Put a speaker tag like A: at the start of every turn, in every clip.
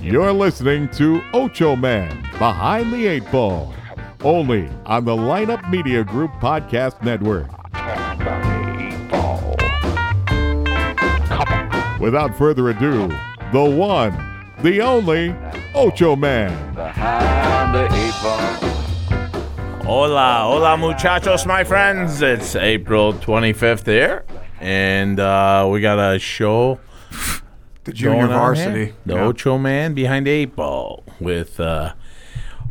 A: You're listening to Ocho Man Behind the Eight Ball, only on the Lineup Media Group Podcast Network. Without further ado, the one, the only Ocho Man.
B: Behind the eight ball.
C: Hola, hola, muchachos, my friends. It's April 25th here, and uh, we got a show.
D: The junior
C: going on here.
D: varsity.
C: The
D: Yeah.
C: Ocho Man behind the eight ball with uh,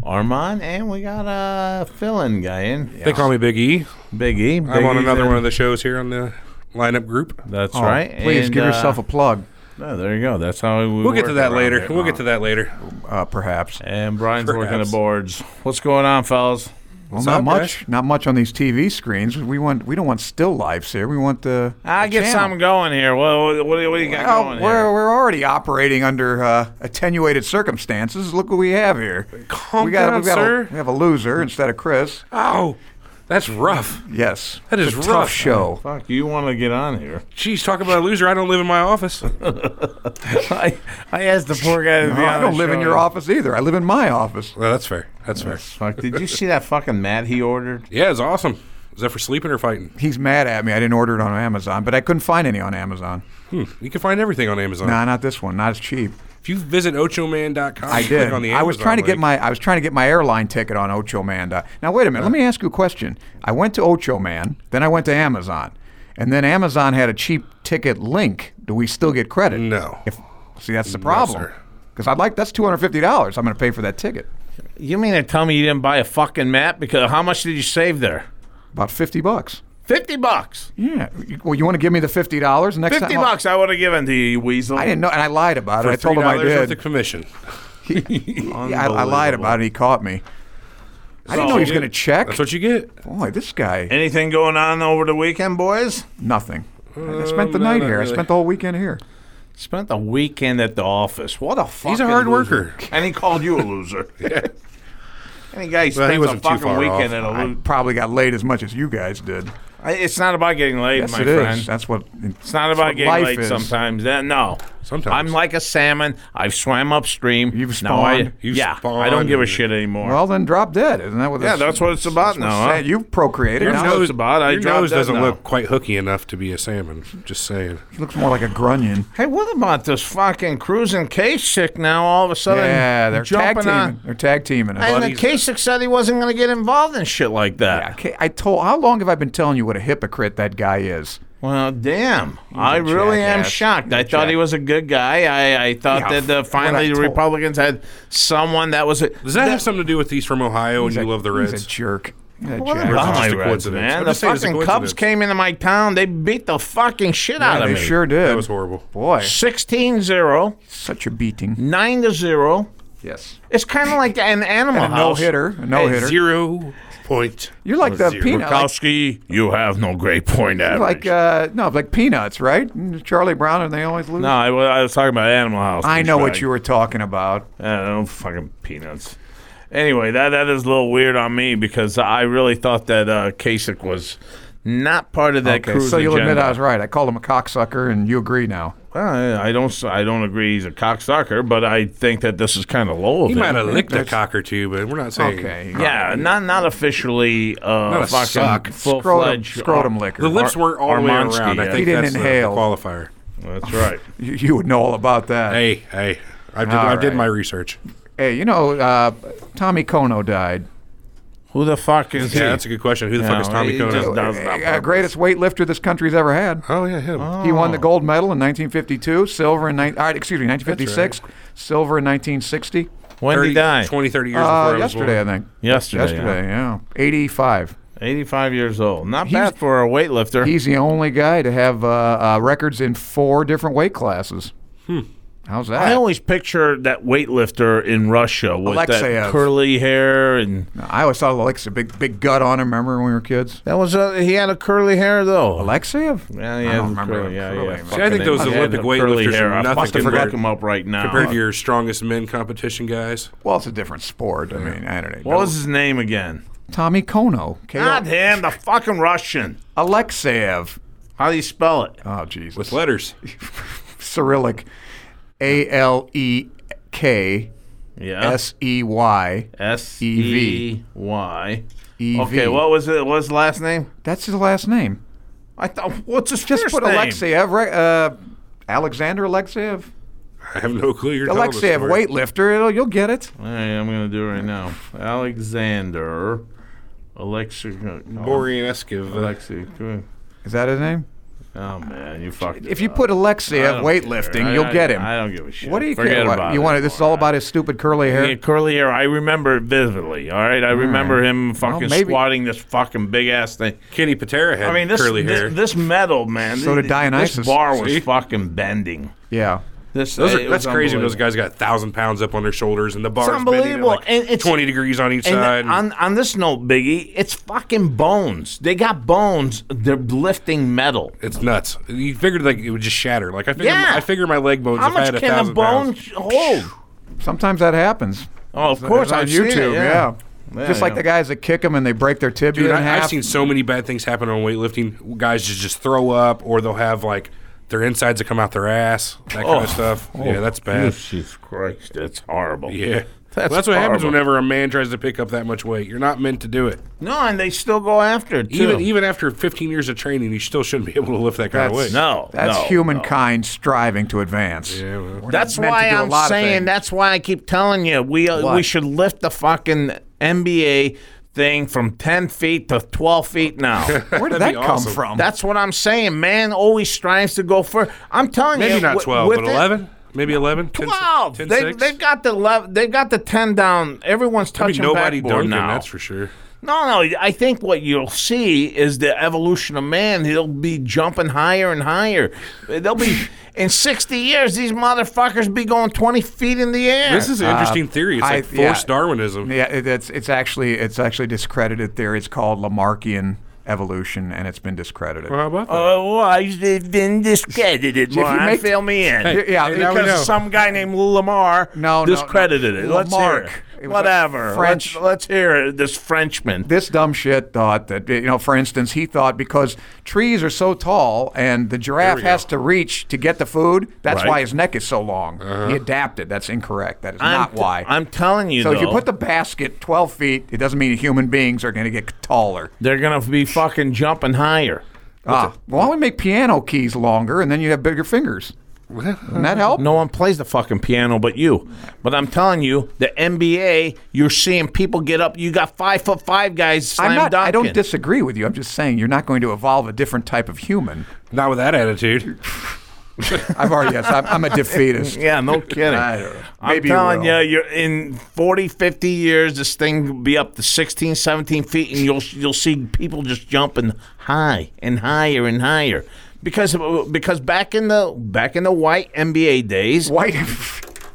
C: Armand, and we got a fill-in guy in.
E: They call me Big E.
C: Big E. Big
E: I'm on
C: E's
E: another
C: in.
E: one of the shows here on the lineup group.
C: That's
D: Oh,
C: right.
D: Please
C: and,
D: give yourself
C: uh,
D: a plug,
C: no, there you go. That's how we.
E: We'll get to that later.
C: Here.
E: We'll get to that later.
D: uh, perhaps.
C: And Brian's working the
E: Perhaps.
C: boards. What's going on, fellas?
D: Well,
E: up,
D: not much.
E: guys?
D: Not much on these TV screens. We want. We don't want still lives here. We want the.
C: I Oh,
D: the
C: get
D: channel.
C: something going here. What, what, what do you got
D: Well,
C: going
D: we're
C: here?
D: we're already operating under uh, attenuated circumstances. Look what we have here.
E: Calm
D: we got,
E: down,
D: we got
E: sir.
D: A, we have a loser instead of Chris.
E: Ow, that's rough.
D: Yes,
E: That
D: It's
E: is
D: a
E: rough.
D: tough show.
C: Fuck, you want to get on here?
E: Jeez, talk about a loser. I don't live in my office.
C: I, I asked the poor guy to be
D: No,
C: on
D: I don't
C: the
D: live in
C: show.
D: your office either. I live in my office.
E: Well, that's fair. That's fair.
C: Fuck, did you see that fucking mat he ordered?
E: Yeah, it's awesome. Is that for sleeping or fighting?
D: He's mad at me. I didn't order it on Amazon, but I couldn't find any on Amazon.
E: Hmm. You can find everything on Amazon.
D: Nah, not this one. Not as cheap.
E: If you visit ochoman.com,
D: I
E: you
D: did.
E: click on the
D: I was
E: Amazon
D: trying to get
E: link.
D: my I was trying to get my airline ticket on Ocho Man. uh, Now wait a minute. Let me ask you a question. I went to Ocho Man, then I went to Amazon, and then Amazon had a cheap ticket link. Do we still get credit?
E: No.
D: If, see, that's the
E: sir.
D: problem. Because I'd like that's two hundred fifty dollars. I'm going to pay for that ticket.
C: You mean to tell me you didn't buy a fucking mat? Because how much did you save there?
D: About fifty bucks.
C: 50 bucks.
D: Yeah. You- Well, you want to give me the fifty dollars next
C: 50
D: time? I'll-
C: bucks I would have given to you, you weasel.
D: I didn't know, and I lied about it. I told him I
E: $3 worth
D: did.
E: of commission.
D: Yeah, I, I lied about it. He caught me. I didn't know he was going to check.
E: That's what you get.
D: Boy, this guy.
C: Anything going on over the weekend, boys?
D: Nothing.
C: Uh,
D: I spent the
E: no,
D: night
E: not
D: here.
E: really.
D: I spent the whole weekend here.
C: Spent the weekend at the office. What a fucking
E: He's a hard
C: loser.
E: worker.
C: And he called you a loser. Any guy who
E: Well,
C: spends
E: he
C: a
E: wasn't too
C: fucking
E: far
C: weekend
E: off.
C: at a
D: I
C: loser.
D: probably got laid as much as you guys did.
C: It's not about getting laid,
D: Yes,
C: my
D: it is.
C: friend.
D: That's what.
C: It's not about getting
D: life
C: late
D: is.
C: sometimes. That, no.
E: Sometimes.
C: I'm like a salmon. I've swam upstream.
D: You've
C: Now I-
D: spawned.
E: You've
C: yeah. I
E: spawned
C: don't give a
E: and-
C: shit anymore.
D: Well, then drop dead. Isn't that what?
C: yeah, that's what it's about now. huh?
D: You procreated.
C: Your
D: now
C: nose-
D: it
C: about. I
E: your
C: dropped
E: nose
C: that
E: doesn't
C: now.
E: look quite hooky enough to be a salmon. Just saying.
D: looks more like a grunion.
C: Hey, what about this fucking cruising Kasich now all of a sudden?
D: Yeah, they're tag
C: jumping
D: teaming.
C: on.
D: They're tag teaming. us.
C: And then Kasich said he wasn't going to get involved in shit like
D: Yeah,
C: that.
D: okay, I told. How long have I been telling you what a hypocrite that guy is?
C: Well, damn. I really am
D: jackass.
C: shocked.
D: He's a
C: I thought he
D: jack-
C: was a good guy. I, I thought
D: Yeah,
C: that the,
D: f- what I
C: finally the
D: told-
C: Republicans had someone that was. A,
E: Does that, have something to do with these from Ohio and you love the
D: He's a
E: Reds?
D: jerk. He's a
C: What
D: jack-
E: about- just
C: my
E: a
C: Reds,
E: coincidence?
C: man.
E: I'm
C: The
E: just saying it's a
C: fucking Cubs
E: coincidence.
C: came into my town. They beat the fucking shit out
D: Yeah,
C: of
D: they
C: me.
D: sure did.
E: That was horrible.
D: Boy,
C: 16 0,
D: such a beating.
C: 9 to 0.
D: Yes.
C: It's kind of like an animal
D: A no
C: house.
D: hitter. A no hitter.
E: Zero point.
D: You're like the
E: zero.
D: peanut. like-
C: Murkowski, you have no great point average.
D: like uh, no, like peanuts, right? And Charlie Brown, and they always lose.
C: no, I wa- I was talking about Animal House. uh,
D: I know what you were talking about.
C: I don't fucking peanuts. Anyway, that that is a little weird on me because I really thought that uh, Kasich was not part of that
D: Okay,
C: cruise
D: so you'll
C: agenda.
D: admit I was right. I called him a cocksucker, and you agree now.
C: Well, I I don't. s- I don't agree. He's a cocksucker, but I think that this is kind of low of
E: He
C: him.
E: might have licked a cock or two, but we're not saying.
D: Okay.
C: yeah, not not officially uh,
E: a
C: fucking
E: suck.
C: full
D: Scrotum,
C: fledged
D: scrotum liquor.
E: The lips weren't all the way
C: Armansky,
E: around. I
C: yeah.
E: think
D: He didn't
E: that's the-
D: inhale.
E: The, qualifier.
C: That's right.
D: You, you would know all about that. Hey,
E: Hey, hey. I did,
D: All
E: I did
D: right.
E: my research.
D: you know, uh, Tommy Kono died.
C: Who the fuck is
E: Yeah,
C: he?
E: that's a good question. Who the
C: No,
E: fuck is Tommy
C: he just
E: Conan?
C: died. That was not
D: Uh, greatest weightlifter this country's ever had.
E: Oh, yeah, him.
D: He won the gold medal in 1952, silver in nine, all right, excuse me, 1956, silver in 1960.
C: when did he die?
E: 20, 30 years
D: Uh,
E: before
D: yesterday,
E: I
D: I
E: was born.
D: think.
C: Yesterday. yeah.
D: Yesterday, yeah. 85.
C: 85 years old. Not
D: He's-
C: bad for a weightlifter.
D: He's the only guy to have uh, uh, records in four different weight classes.
C: Hmm.
D: How's that?
C: I always picture that weightlifter in Russia with that
D: Alexeyev.
C: curly hair and
D: I always saw Alexeyev, big big gut on him. Remember when we were kids?
C: that was a, he had a curly hair though.
D: Alexeyev?
C: yeah,
D: I
C: yeah,
D: don't remember.
C: curly, yeah,
D: Curly.
C: yeah.
D: See, I
C: Fucking
E: think those
C: he had
E: Olympic
C: the curly
E: weightlifters
C: hair.
E: are
C: I
E: nothing
C: must have
E: compared-
C: forgot him up right now.
E: Compared to your strongest men competition guys.
D: Well, it's a different sport. I mean, I don't know.
C: what was his name again?
D: Tommy Kono? K O-
C: Not him, the fucking Russian.
D: Alexeyev.
C: How do you spell it?
D: Oh Jesus.
E: With letters.
D: Cyrillic, A L E K
C: Yeah.
D: S E Y.
C: S
D: E
C: E Y.
D: E
C: Okay,
D: V.
C: what was it? What was the last name?
D: That's his last name.
C: I thought. What's his
D: Just
C: first
D: put
C: name?
D: Alexeyev, right? Uh, Alexander Alexeyev.
E: I have no clue. You're telling this
D: Alexeyev,
E: story.
D: weightlifter. It'll, you'll get it.
C: All right, I'm gonna do it right now. Alexander. Alexi.
E: Boryaneskiv.
C: Uh, Alexi. come on.
D: Is that his name?
C: Oh man, you fucked. it
D: If you
C: up.
D: put
C: I
D: Alexeyev
C: don't
D: weightlifting,
C: care. I-
D: you'll
C: I-
D: get him.
C: I don't give a shit.
D: what do you
C: Forget
D: care? What,
C: about
D: you
C: it.
D: want This is all about his stupid curly
C: Yeah,
D: hair.
C: curly hair. I remember it vividly. All right, I remember him fucking
D: maybe-
C: squatting this fucking big ass thing.
E: Kenny Patera had
C: I mean, this
E: curly
C: this,
E: hair.
C: this metal man.
D: So did
C: this- This
D: Dionysus.
C: bar was
E: See?
C: fucking bending.
D: Yeah.
C: This
E: those
C: it
E: are,
C: was
E: that's crazy when those
C: unbelievable.
E: guys got thousand pounds up on their shoulders and the bar's
C: It's
E: bending at
C: unbelievable.
E: like
C: And it's-
E: twenty degrees on each
C: And
E: side.
C: th- on on this note, Biggie, it's fucking bones. They got bones. They're lifting metal.
E: It's nuts. You figured like it would just shatter. Like I figure,
C: Yeah.
E: I figure my leg bones.
C: How
E: if I
C: much
E: had a
C: can a
E: thousand
C: bone
E: Pounds.
C: sh- hold?
D: Sometimes that happens.
C: Oh, of course,
D: It's on
C: I've seen
D: YouTube.
C: it,
D: yeah. Just like
C: yeah.
D: the guys that kick them and they break their tibia
E: Dude,
D: in
E: I,
D: half.
E: I've seen so many bad things happen on weightlifting. Guys just just throw up, or they'll have like their insides that come out their ass. That kind
C: Oh.
E: of stuff. yeah, that's bad.
C: Jesus Christ, that's horrible.
E: Yeah.
C: That's
E: That's, what happens
C: horrible.
E: whenever a man tries to pick up that much weight. You're not meant to do it.
C: No, and they still go after it too.
E: Even even after 15 years of training, you still shouldn't be able to lift that kind of
D: That's-
E: weight.
C: no,
D: That's
C: no,
D: humankind striving to advance.
E: Yeah, well.
D: We're not
C: That's
D: meant to
C: why
D: do a
C: I'm
D: lot of
C: saying.
D: things.
C: That's why I keep telling you we uh, we
D: What?
C: should lift the fucking NBA thing from ten feet to twelve feet now.
D: Where did that
E: That'd
D: come
E: be awesome.
D: from?
C: That's what I'm saying. Man always strives to go first. I'm telling you,
E: Maybe not
C: wi-
E: 12,
C: with
E: but
C: it-
E: 11. Maybe 11. 10,
C: 12.
E: 10,
C: they,
E: six.
C: they've got the lev- they've got the ten down. Everyone's
E: I mean,
C: touching
E: nobody
C: backboard
E: dunking.
C: now.
E: That's for sure.
C: No, no. I think what you'll see is the evolution of man. He'll be jumping higher and higher. They'll be in sixty years. These motherfuckers be going twenty feet in the air.
E: This is an
C: Uh,
E: interesting theory. It's
D: I-
E: like forced
D: yeah.
E: Darwinism.
D: Yeah, it, it's it's actually it's actually discredited theory. It's called Lamarckian evolution, and it's been discredited.
E: Well, how about that?
C: Oh, why they've been discredited?
D: you
C: Moron,
D: make-
C: fill me in.
D: Hey, yeah,
E: now we know.
C: because some guy named Lamar
D: No, no,
C: discredited
D: no.
C: it. Let's
D: Lamarck.
C: hear it.
D: It was a
C: Whatever.
D: French-
C: Let's, let's hear it. This Frenchman.
D: This dumb shit thought that you know, for instance, he thought because trees are so tall and the giraffe has to reach to get the food, that's
C: Right.
D: why his neck is so long. He adapted. That's incorrect. That is not
C: t-
D: why.
C: I'm telling you,
D: so if you
C: though,
D: put the basket 12 feet, it doesn't mean human beings are going to get taller.
C: they're gonna be fucking jumping higher.
D: Ah, well, why don't we make piano keys longer and then you have bigger fingers? Wouldn't that help?
C: No one plays the fucking piano but you. But I'm telling you, the NBA, you're seeing people get up. You got five foot five guys slam
D: I'm not, I don't
C: dunking.
D: disagree with you. I'm just saying you're not going to evolve a different type of human.
E: Not with that attitude.
D: I've already, yes, I'm, I'm a defeatist.
C: Yeah, no kidding.
D: I don't know. Maybe you
C: I'm telling
D: will.
C: you, you're in 40, 50 years, this thing will be up to 16, 17 feet, and you'll you'll see people just jumping high and higher and higher because because back in the back in the white NBA days,
D: White.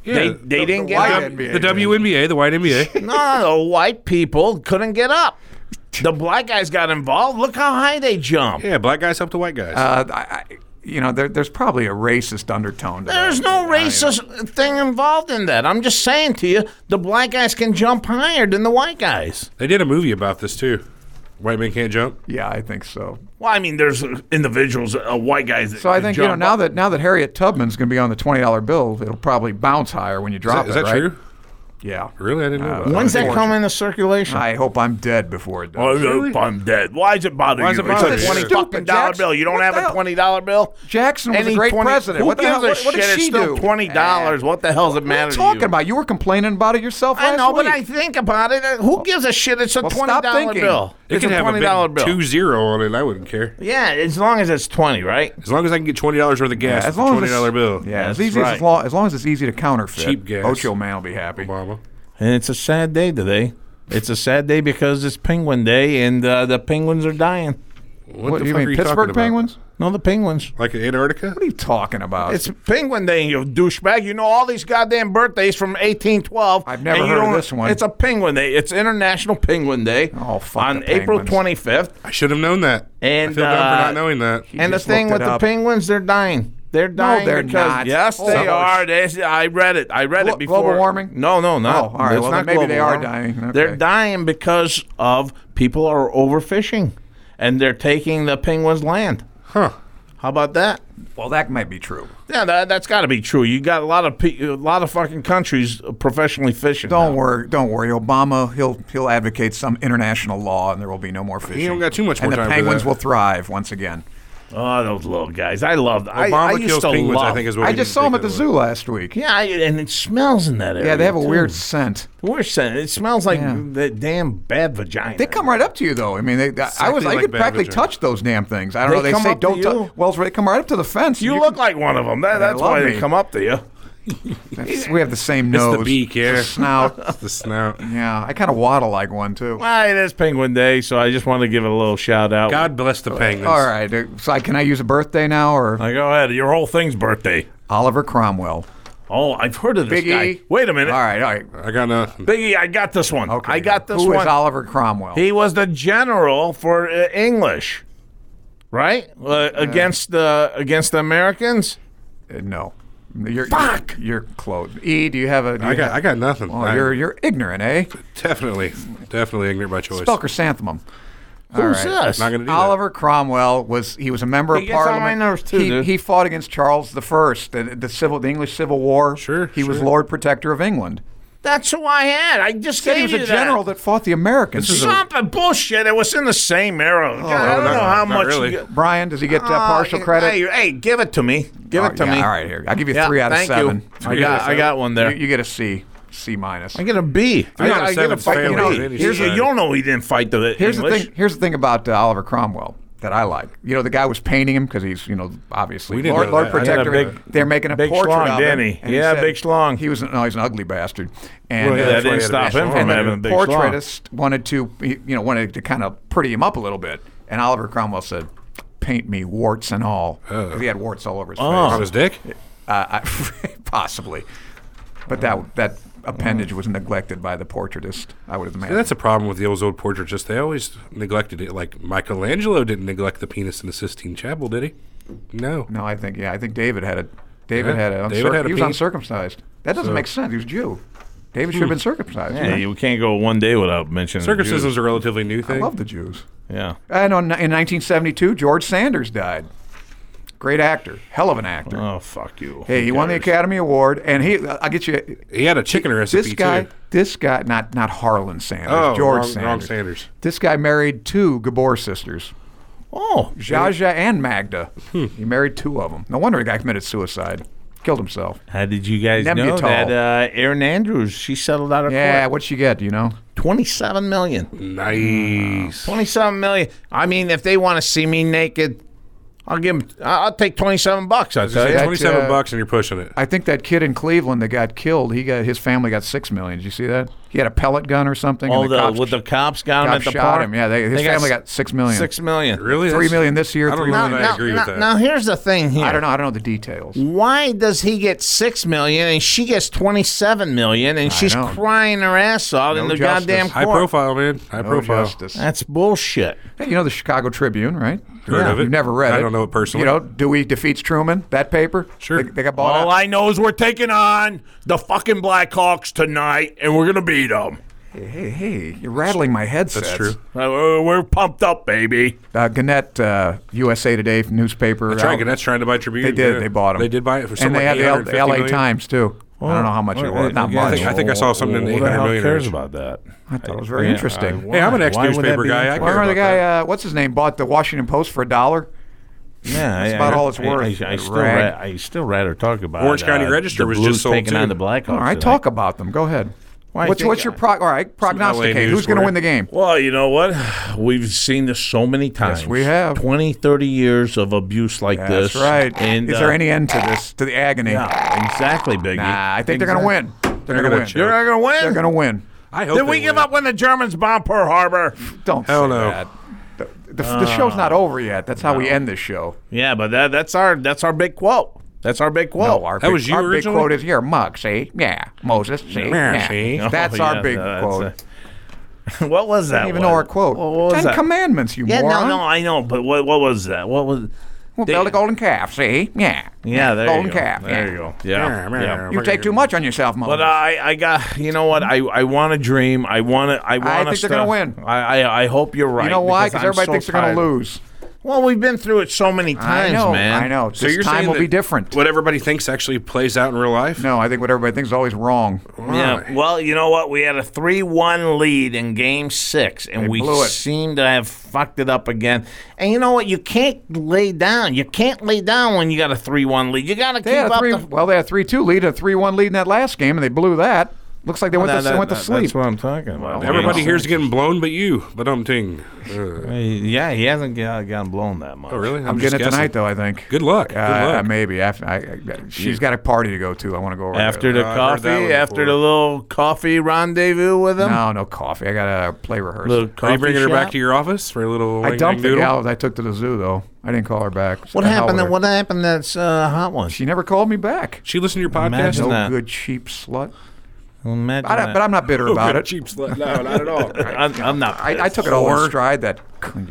C: they
E: Yeah,
C: they didn't get
D: white
C: up.
D: NBA.
E: The WNBA, the white NBA.
C: No, no, the white people couldn't get up. The black guys got involved. Look how high they jump.
E: yeah, black guys help the white guys.
D: Uh, I, I, you know, there, there's probably a racist undertone to that.
C: There's no racist thing involved in that. I'm just saying to you, the black guys can jump higher than the white guys.
E: they did a movie about this too. White men can't jump.
D: Yeah, I think so.
C: Well, I mean, there's uh, individuals, uh, white guys. That
D: So I
C: can
D: think you know
C: jump
D: now
C: up.
D: that now that Harriet Tubman's going to be on the twenty dollar bill, it'll probably bounce higher when you
E: Is
D: drop
E: that- is
D: it.
E: that
D: right?
E: true?
D: Yeah.
E: Really, I didn't know.
D: Uh,
E: about
C: when's
E: that.
C: that come into circulation?
D: I hope I'm dead before it does.
C: I hope Oh, I'm dead. Why is it bothering
E: Why does
C: you?
E: it bother
C: it's
E: you?
C: a twenty
D: Stupid,
C: fucking dollar
D: Jackson.
C: bill. You don't
D: What
C: have
D: the
C: a
D: hell?
C: twenty dollar bill.
D: Jackson was
C: Any
D: a great
C: 20
D: president.
C: Who
D: what the
C: gives
D: hell?
C: a
D: What, what
C: shit?
D: did
C: It's
D: she
C: still
D: do? Eh.
C: Twenty dollars. What the hell's it
D: What are
C: matter?
D: you
C: to
D: talking
C: you?
D: about? You were complaining about it yourself.
C: I
D: last
C: know, but
D: week.
C: I think about it. uh, Who gives a shit? It's a
D: Well,
C: twenty
D: stop
C: dollar
D: thinking.
C: bill.
E: It
C: It's
E: could
C: a
E: have
C: twenty
E: a
C: dollar
E: big
C: bill.
E: two zero on it. I wouldn't care.
C: Yeah, as long as it's twenty, right?
E: As long as I can get twenty dollars worth of gas,
D: as long as
E: twenty
D: it's-
E: dollar bill.
D: Yeah, as
C: That's
D: easy as,
C: right.
D: as, long, as long as it's easy to counterfeit.
E: Cheap gas.
D: Ocho man will be happy.
E: Obama.
C: And it's a sad day today. It's a sad day because it's Penguin Day, and uh, the penguins are dying.
D: What do you
E: the fuck
D: mean,
E: are talking
D: Pittsburgh
E: about?
D: Penguins?
C: No, the penguins.
E: Like in Antarctica?
D: What are you talking about?
C: It's Penguin Day, you douchebag. You know all these goddamn birthdays from 1812.
D: I've never
C: and you
D: heard of
C: don't-
D: this one.
C: It's a Penguin Day. It's International Penguin Day.
D: Oh, fuck
C: On
D: the
C: April
D: penguins.
C: 25th.
E: I should have known that.
C: And,
E: I feel dumb for
C: uh,
E: not knowing that.
D: He
C: And the
D: just
C: thing
D: looked
C: with
D: it
C: the
D: up.
C: penguins, they're dying. They're dying.
D: they're
C: because-
D: not.
C: Yes,
D: Oh.
C: they
D: Some-
C: are. They, I read it. I read
D: Glo-
C: it before.
D: global warming?
C: No, no, no.
D: Oh, all right.
C: It's
D: Well,
C: not
D: then maybe they
C: global
D: are
C: warming.
D: dying.
C: They're
D: Okay.
C: dying because of people are overfishing, and they're taking the penguins' land.
E: Huh.
C: How about that?
D: Well, that might be true.
C: Yeah, that, that's got to be true. You got a lot of pe- a lot of fucking countries professionally fishing.
D: Don't
C: now.
D: worry, don't worry. Obama, he'll he'll advocate some international law, and there will be no more fishing.
E: don't got too much
D: And
E: more
D: the
E: time for
D: penguins
E: that.
D: will thrive once again.
C: Oh, those little guys. I loved. I,
E: Obama
C: I used
E: kills
C: to
E: penguins.
C: love.
E: I think is what
D: I
E: we
D: just
E: need to
D: saw them
E: think
D: at the
E: of it.
D: zoo last week.
C: Yeah, I, and it smells in that area.
D: Yeah, they have a
C: too.
D: weird scent.
C: Weird scent. It smells like
D: Yeah.
C: the damn bad vagina.
D: They come right up to you, though. I mean, they, I was I
E: like
D: could
E: bad
D: practically
E: vagina.
D: touch those damn things. I don't
C: They
D: know. They
C: come
D: say
C: up to
D: don't
C: you?
D: touch. Well, they come right up to the fence.
C: You,
D: and
C: look like one of them. That, that's
D: love
C: why they
D: me.
C: come up to you.
D: can- we have the same
E: It's
D: nose,
E: the beak, yeah.
D: snout.
E: It's the snout.
D: yeah, I kind of waddle like one too.
C: Well, it is Penguin Day, so I just want to give it a little shout out.
E: God bless the penguins.
D: All right. uh, So I, can I use a birthday now or
C: I go ahead. Your whole thing's birthday.
D: Oliver Cromwell?
C: Oh, I've heard of this
D: Big
C: guy.
D: E.
C: Wait a minute.
D: All right, all right.
E: I got nothing.
C: Biggie, I got this one. I got this
D: Who
C: one.
D: is Oliver Cromwell?
C: He was the general for uh, English, right? Uh, against the against the Americans.
D: Uh, no. You're,
C: Fuck!
D: You're close. E, do you have a? do
E: I
D: you
E: got I got nothing.
D: Oh,
E: I-
D: you're you're ignorant, eh?
E: definitely definitely ignorant by choice.
D: Spell chrysanthemum. All
C: Who's
D: right.
C: this?
E: Not gonna do
D: Oliver Cromwell was he was a member
C: He
D: of
C: gets on my
D: Parliament.
C: nerves too,
D: he,
C: dude.
D: he fought against Charles the First, the, the civil, the English Civil War.
E: Sure,
D: he was
E: sure.
D: Lord Protector of England.
C: That's who I had. I just
D: Said he
C: gave
D: was a
C: you
D: general that, fought the Americans.
C: That. Something bullshit. It was in the same era. God, I don't
E: no,
C: know how
E: not
C: much.
E: really.
C: you-
D: Brian, does he get uh, partial
C: Uh,
D: credit?
C: Hey, hey, give it to me. Give
D: Oh,
C: it to
D: yeah,
C: me.
D: All right, here I'll give you
C: Yeah,
D: three out of
C: thank
D: seven.
C: You. I got, I got one there.
D: You, you get a C, C minus.
C: I get a B. I
E: out of
C: I get a
E: seven's
C: fucking
E: failing.
C: B.
E: Any
C: Here's a,
E: society.
C: you don't know he didn't fight the
D: Here's
C: English.
D: the thing. Here's the thing about uh, Oliver Cromwell that I like. You know, the guy was painting him because he's, you know, obviously
E: We didn't
D: Lord,
E: know
D: Lord
E: that. I
C: got a
D: Protector.
C: big-
D: They're making a
C: big
D: portrait
C: schlong,
D: of him.
C: didn't he?
D: and he
C: Yeah,
D: said-
C: big schlong.
D: He was no, he's an ugly bastard. And
E: Well, yeah,
D: uh,
E: that didn't
D: and
E: stop him
D: the
E: from having
C: a big schlong.
D: portraitist wanted to, he- you know, wanted to kind of pretty him up a little bit. And Oliver Cromwell said, "Paint me warts and all,"
C: Uh.
D: because he had warts all over his
E: On
D: face.
E: his dick?
D: Uh, I, possibly, but that that appendage was neglected by the portraitist. I would have
E: And
D: imagined.
E: that's a problem with the old old portraitists. They always neglected it. Like Michelangelo didn't neglect the penis in the Sistine Chapel, did he? No.
D: No, I think yeah, I think David had a David
E: Yeah,
D: had a
E: David
D: uncir-
E: had a
D: he was
E: penis.
D: uncircumcised. That doesn't make sense. He was Jew. David should have been
E: Hmm.
D: circumcised.
C: Yeah, you can't go one day without mentioning the Jews.
E: Circumcision's a relatively new
D: I
E: thing.
D: love the Jews.
C: Yeah.
D: And on, in 1972, George Sanders died. Great actor, hell of an actor.
C: Oh fuck you.
D: hey, he won the Academy Award, and he I'll get you
E: he had a chicken recipe
D: this guy.
E: too.
D: This guy, not not Harlan Sanders,
E: Oh,
D: George
E: wrong,
D: Sanders.
E: wrong Sanders.
D: This guy married two Gabor sisters,
C: Oh,
D: Jaja and Magda.
E: Hmm.
D: He married two of them. No wonder the guy committed suicide, killed himself.
C: how did you guys
D: Nebutol.
C: know that uh, Erin Andrews she settled out of
D: Yeah,
C: court?
D: what you get, you know?
C: Twenty-seven million.
E: Nice.
C: Twenty-seven million. I mean, if they want to see me naked, I'll give 'em- I- I'll take twenty-seven bucks. I tell
E: Say
C: you.
D: that,
E: 27
D: uh,
E: bucks and you're pushing it.
D: I think that kid in Cleveland that got killed, he got his family got six million. Did you see that? He had a pellet gun or something.
C: Oh,
D: and the
C: the,
D: cops,
C: with the cops got him
D: cops
C: at the
D: shot
C: park.
D: him. Yeah, they, his
C: They s-
D: family got six million.
C: Six million.
E: really?
D: Three
E: That's-
D: million this year.
E: I don't
D: three
E: know
D: million
E: that
D: next-
E: I agree
C: now,
E: with that.
C: now here's the thing here.
D: I don't know. I don't know the details.
C: Why does he get six million and she gets twenty-seven million, and she's
D: know.
C: crying her ass off in
D: No
C: the
D: justice.
C: goddamn
E: High
C: court?
E: profile, man. High
D: No
E: profile.
D: justice.
C: That's bullshit.
D: Hey, you know the Chicago Tribune, right?
E: Heard of it.
D: You've never read
E: I
D: it.
E: don't know it personally.
D: You know, Dewey defeats Truman. That paper.
E: Sure.
D: They, they got bought
C: All
D: out.
C: I know is we're taking on the fucking Blackhawks tonight, and we're gonna beat them.
D: hey, hey, you're rattling my headset.
E: That's true.
C: Uh, We're we're pumped up, baby.
D: Uh, Gannett, uh, USA Today newspaper.
E: That's right.
D: out-
E: Gannett's trying to buy Tribune.
D: They did.
E: yeah.
D: They bought them.
E: They did buy it for
D: And
E: something
D: they
E: like
D: had the L-
E: 850
D: the LA
E: million.
D: Times too. I don't know how much it was. Not
E: I
D: much.
E: think- I think I saw something in the
C: Who the
E: 800
C: hell
E: million
C: cares
E: range.
C: about that?
D: I thought it was very interesting.
E: Hey, I'm an
C: uh, why- why would that
E: ex-newspaper
C: be
E: guy. I
D: Well,
E: care
D: remember the
E: about
D: guy, uh, what's his name, bought the Washington Post for a dollar?
C: Yeah, that's
D: about all it's worth,
C: I, I, still
D: rag.
C: ra- I still rather talk about
E: Orange County
C: uh,
E: Register
C: the
E: was
C: Blues
E: just sold,
C: taking
E: too.
C: on the Blackhawks.
D: All right,
C: tonight.
D: talk about them. Go ahead.
C: Why, I
D: what's
C: think
D: what's
E: uh,
D: your pro- all right prognosticate?
E: news
D: Who's going to
E: for
D: win
E: you.
D: the game?
C: Well, you know what? We've seen this so many times.
D: we have.
C: 20, 30 years of abuse like this.
D: That's right.
C: And
D: Is there
C: uh,
D: any end to this, to the agony?
C: Yeah, exactly, Biggie.
D: Nah, I think they're going to win. They're, going to
E: They're gonna
D: win.
E: choke.
C: They're not gonna win.
D: They're going to win.
E: I hope
C: Did
E: they
C: we give
E: win.
C: up when the Germans bombed Pearl Harbor?
D: Don't
E: Hell
D: say
E: no. Ah.
D: that. The, the, the show's not over yet. That's how we end this show.
C: Yeah, but that, that's our that's our big quote. That's our big quote.
D: No, our
E: That
D: big,
E: was you
D: our big
E: originally?
D: quote is, you're a mug, see? Yeah. Moses, see?
E: Yeah, see?
C: Oh,
D: That's
C: yeah,
D: our big
C: that's
D: quote.
C: a- what was that?
D: I don't even
C: one?
D: know our quote.
C: What was
D: Ten
C: that?
D: Commandments, you
C: Yeah,
D: moron.
C: no, no, I know, but what what was that? What was?
D: We'll
C: They-
D: build a golden calf, see? Yeah.
C: Yeah, there
D: golden
C: you go.
D: calf.
C: There
D: yeah.
C: you go. Yeah,
E: Yeah,
C: yeah.
E: yeah.
D: You take too much on yourself, Moses.
C: But uh, I, I got, you know what? I, I want to dream. I want to, I want
D: think
C: us
D: they're gonna
C: to-
D: win.
C: I, I, I hope you're right.
D: you know why?
C: Because
D: Because
C: I'm
D: everybody
C: so
D: thinks they're
C: tired.
D: going to lose.
C: Well, we've been through it so many times,
D: know,
C: man.
D: I know. This time
E: saying
D: will be
E: that
D: different.
E: What everybody thinks actually plays out in real life.
D: No, I think what everybody thinks is always wrong.
C: Yeah. Well, you know what? We had a three-one lead in Game Six, and
D: They
C: we
D: blew it.
C: seem to have fucked it up again. And you know what? You can't lay down. You can't lay down when you got a three-one lead. You got to keep
D: They had a
C: up.
D: three.
C: the-
D: well, they had a three-two lead, a three-one lead in that last game, and they blew that. Looks like they went,
C: That-
D: to,
C: that-
D: went to
C: that-
D: sleep.
C: That's what I'm talking about.
E: Everybody
C: You know?
E: here's getting blown, but you. But I'm ting. Uh,
C: Yeah, he hasn't got- gotten blown that much.
E: oh, really? I'm,
D: I'm
E: just
D: getting it
E: guessing.
D: tonight, though. I think.
E: Good luck. Good
D: Uh,
E: luck.
D: Maybe after I, I- she's got a party to go to. I want to go over there.
C: After the
E: Uh, I've heard that one
C: coffee, after
E: before.
C: the little coffee rendezvous with him,
D: No, no coffee. I got to play rehearsal.
C: little
E: Are
C: coffee
E: you bringing her back
C: shop?
E: to your office for a little?
D: I
E: wang,
D: dumped
E: dang,
D: the
E: doodle?
D: gal that I took to the zoo, though. I didn't call her back.
C: What
D: The hell
C: happened?
D: with
C: To,
D: her.
C: what happened? That's uh, hot one.
D: She never called me back.
E: She listened to your podcast.
C: Imagine
D: No
C: that.
D: good cheap slut.
C: Imagine
D: I don't,
C: that.
D: but I'm not bitter
E: Oh,
D: about
E: good
D: it.
E: Cheap slut. No, not at all.
C: I'm, I'm not.
D: I, I took it all in stride. That I got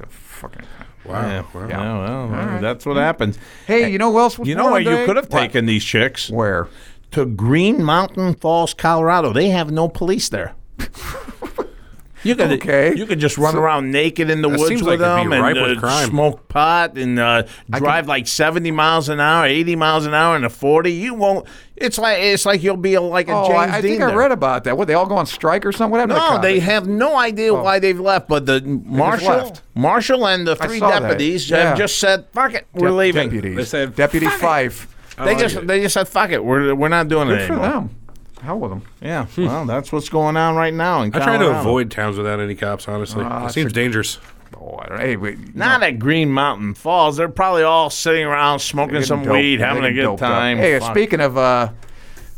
D: the fucking.
E: Wow.
C: Yeah,
E: wow.
C: yeah, well,
D: right.
C: that's what happens.
D: Hey, you know who else? Was
C: You know
D: born
C: where you
D: today?
C: could have
D: What?
C: taken these chicks
D: Where?
C: to Green Mountain Falls, Colorado. They have no police there. You could,
D: Okay.
C: you could just run
D: So-
C: around naked in the
E: That
C: woods
E: seems
C: with
E: like it'd be
C: them and
E: ripe with
C: uh,
E: crime.
C: smoke pot and uh, drive like seventy miles an hour, eighty miles an hour in a forty. You won't. It's like it's like you'll be a, like a
D: Oh,
C: James
D: I, I
C: Dean.
D: think I
C: there.
D: read about that. What they all go on strike or something? What happened? to
C: No,
D: Cobb?
C: they have no idea why they've left. But the marshal,
D: Oh. left.
C: marshal, and the three
D: saw that.
C: deputies
D: Yeah.
C: have just said, "Fuck it, we're
D: Dep-
C: leaving."
D: Deputies.
E: They said,
D: Deputy Fife.
E: I
C: They
E: like
C: just
E: it.
C: they just said, "Fuck it, we're we're not doing it
D: Good for
C: anymore."
D: them. Hell with them.
C: Yeah, well, that's what's going on right now in
E: I try
C: Colorado.
E: to avoid towns without any cops. Honestly,
D: Ah,
E: it
D: that's
E: seems
D: a-
E: dangerous.
D: Oh, I don't, hey, wait. you
C: Not at Green Mountain Falls. They're probably all sitting around
D: know,
C: smoking
D: getting
C: some
D: doped-
C: weed,
D: they're
C: having a
D: getting
C: good
D: doped up.
C: time.
D: Hey,
C: Fuck.
D: speaking of uh,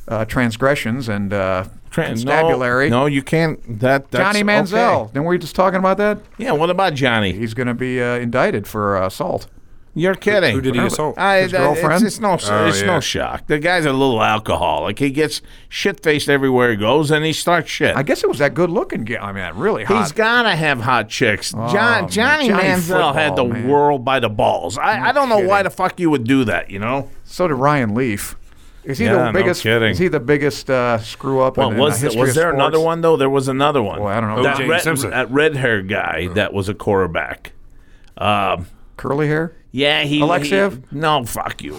D: uh, transgressions and uh,
C: Tra- no,
D: constabulary,
C: No, you can't. That that's
D: Johnny
C: okay.
D: Manziel. Then we were just talking about that.
C: Yeah, what about Johnny?
D: He's going to be uh, indicted for uh, assault.
C: You're kidding.
E: Who did he assault?
C: I,
D: His
C: that-
D: girlfriend?
C: It's, it's no, it's
E: Oh, yeah.
C: no shock. The guy's a little alcoholic. He gets shit faced everywhere he goes, and he starts shit.
D: I guess it was that good-looking guy. I mean, that really hot.
C: He's gotta have hot chicks. John
D: Oh, man.
C: Johnny,
D: Johnny
C: Manziel had the
D: football, man.
C: world by the balls. I, I don't know why the fuck you would do that. You know.
D: So did Ryan Leaf. Is he
C: Yeah,
D: the
C: no
D: biggest?
C: kidding.
D: Is he the biggest uh, screw up?
C: Well,
D: in,
C: was
D: in the
C: th- was
D: history of
C: there another
D: sports?
C: one though? There was another one. Oh,
D: Boy, I don't know.
C: That
E: O.J.
C: red,
E: Simpson.
C: that red hair guy that was a quarterback. Um,
D: Curly hair.
C: yeah, he.
D: Alexiev?
C: he- no, fuck you.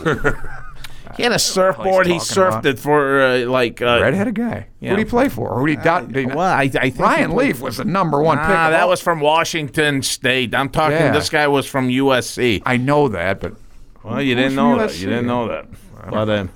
C: he had a surfboard. He
D: talking
C: surfed
D: about.
C: it for uh, like. Uh,
D: Redheaded guy.
C: Yeah.
D: Who would he play for? Who would he doubt? did he not-
C: Well, I, I think
D: Ryan
C: he played-
D: Leaf was the number one pick.
C: Ah,
D: of
C: that
D: all-
C: was from Washington State. I'm talking.
D: Yeah.
C: This guy was from USC.
D: I know that, but
C: Well, you didn't
D: was
C: know
D: from
C: that. You
D: USC?
C: didn't know that. But uh,